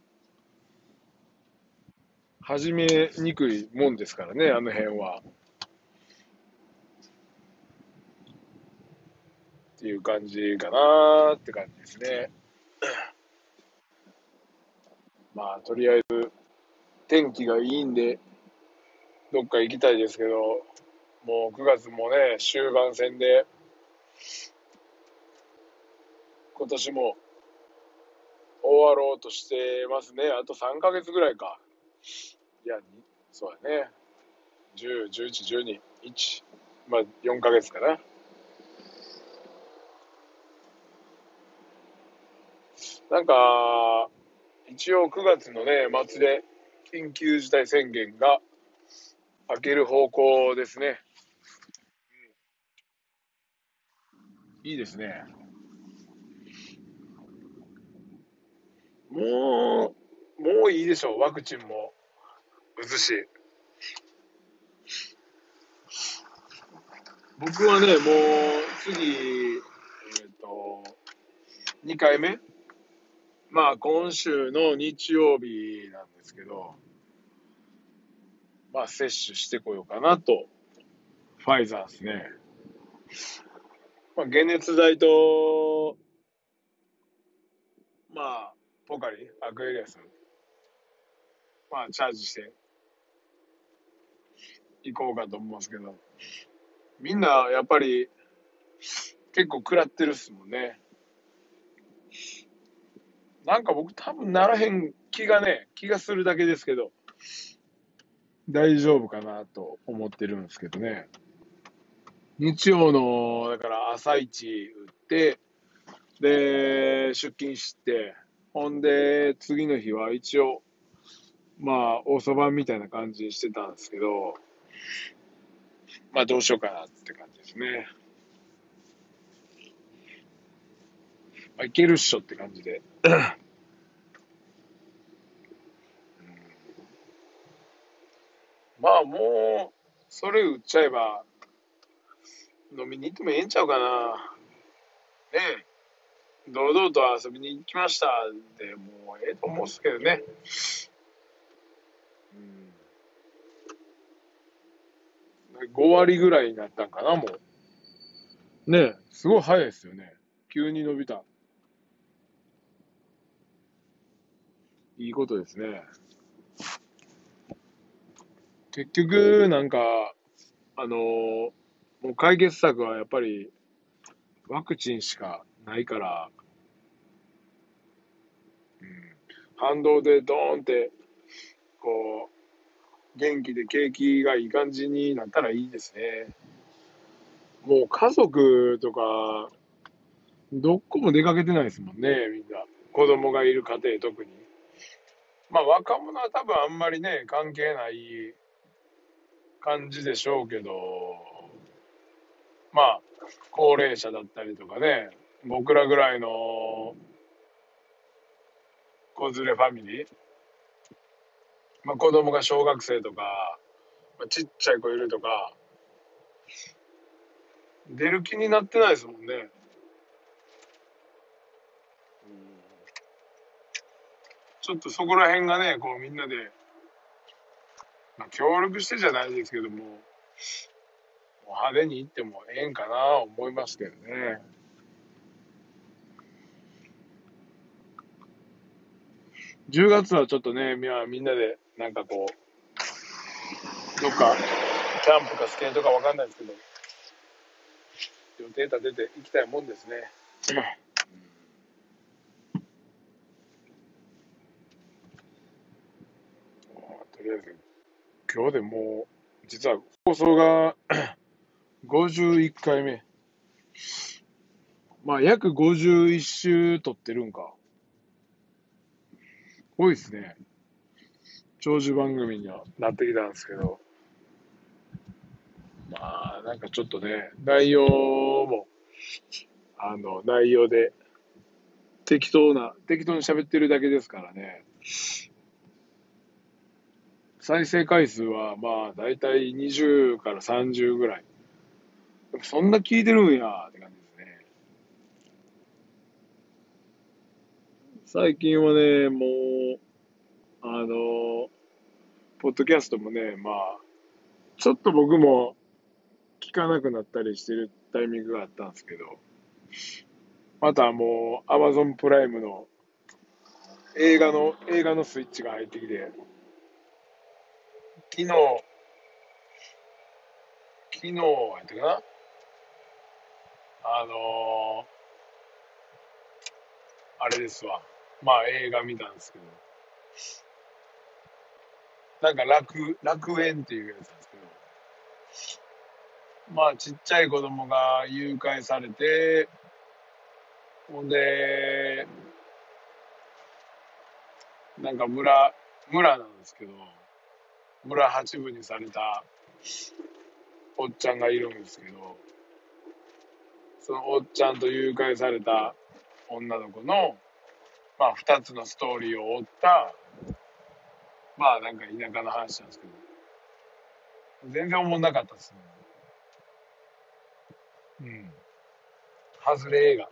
[SPEAKER 1] 始めにくいもんですからね、あの辺は。っていう感じかなーって感じですね。まあ、とりあえず、天気がいいんで、どっか行きたいですけど、もう9月もね、終盤戦で、今年も終終わろうとしてますね。あと3ヶ月ぐらいか。いや、にそうだね。10、11、12、1。まあ、4ヶ月かな。なんか、一応9月のね、末で緊急事態宣言が明ける方向ですね。いいですね。もう、もういいでしょう、ワクチンも打つし。僕はね、もう次、えっ、と、2回目まあ今週の日曜日なんですけど、まあ接種してこようかなと、ファイザーですね。まあ解熱剤と、まあ、ポカリ、アクエリアス、まあ、チャージして、行こうかと思うんですけど、みんな、やっぱり、結構食らってるっすもんね。なんか僕、多分ならへん気がね、気がするだけですけど、大丈夫かなと思ってるんですけどね。日曜の、だから朝一打って、で、出勤して、ほんで、次の日は一応、まあ、大そばみたいな感じにしてたんですけど、まあ、どうしようかなって感じですね。まあ、いけるっしょって感じで。うんまあ、もう、それ売っちゃえば、飲みに行ってもええんちゃうかな。ねえ。堂々と遊びに行きましたでもうええと思うんですけどね。うん、5割ぐらいになったんかな、もう。ねえ、すごい早いですよね。急に伸びた。いいことですね。結局、なんか、あのーもう解決策はやっぱりワクチンしかないから、うん、反動でドーンって、こう、元気で景気がいい感じになったらいいですね。もう家族とか、どこも出かけてないですもんね、みんな。子供がいる家庭特に。まあ若者は多分あんまりね、関係ない感じでしょうけど、まあ、高齢者だったりとかね、僕らぐらいの子連れファミリー、まあ、子供が小学生とか、まあ、ちっちゃい子いるとか出る気になってないですもんね。ちょっとそこら辺がねこうみんなで、まあ、協力してじゃないですけどももう派手に行ってもええんかな思いますけどね。10月はちょっとね、みみんなで、なんかこう、どっか、キャンプかスケートかわかんないですけど、予定立てていきたいもんですね。まあとりあえず、今日でもう、実は放送が 51回目。まあ、約51週撮ってるんか。多いですね。長寿番組にはなってきたんですけど。まあ、なんかちょっとね、内容も、あの、内容で、適当な、適当に喋ってるだけですからね。再生回数は、まあ、だいたい20から30ぐらい。でもそんな聞いてるんや、って感じですね。最近はね、もう、あの、ポッドキャストもね、まあ、ちょっと僕も聞かなくなったりしてるタイミングがあったんですけど、またもう、アマゾンプライムの映画の、映画のスイッチが入ってきて、昨日、昨日、やったかなあのー、あれですわ。まあ映画見たんですけど、なんか楽、楽園っていうやつなんですけど、まあちっちゃい子供が誘拐されて、ほんで、なんか村、村なんですけど、村八分にされたおっちゃんがいるんですけど、そのおっちゃんと誘拐された女の子の、まあ、2つのストーリーを追った、まあ、なんか田舎の話なんですけど、全然思んなかったですね。うん。外れ映画。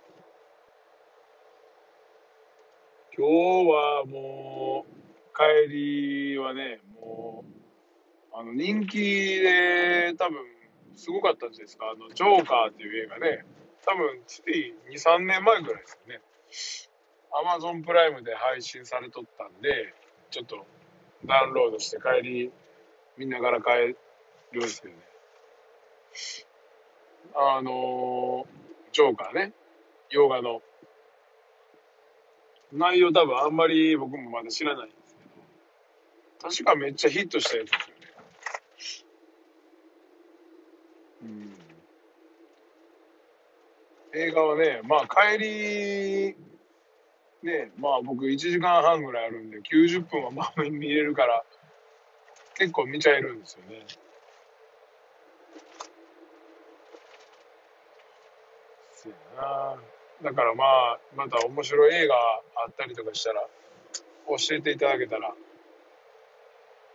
[SPEAKER 1] 今日はもう、帰りはね、もう、あの、人気で多分、すごかったんじゃないですか。あの、ジョーカーっていう映画ね、多分、つい2、3年前ぐらいですよね。アマゾンプライムで配信されとったんで、ちょっとダウンロードして帰り、みんなから帰るんですけどね。あのージョーカーね、洋画の。内容多分あんまり僕もまだ知らないんですけど、確かめっちゃヒットしたやつですよね。うん、映画はね、まあ帰り、ねまあ僕1時間半ぐらいあるんで90分はまあ見れるから結構見ちゃえるんですよねそうやなだからまあまた面白い映画あったりとかしたら教えていただけたら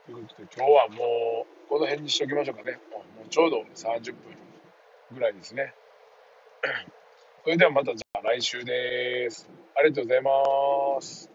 [SPEAKER 1] ということで今日はもうこの辺にしときましょうかねもうちょうど30分ぐらいですねそれではまたじゃあ来週ですありがとうございます。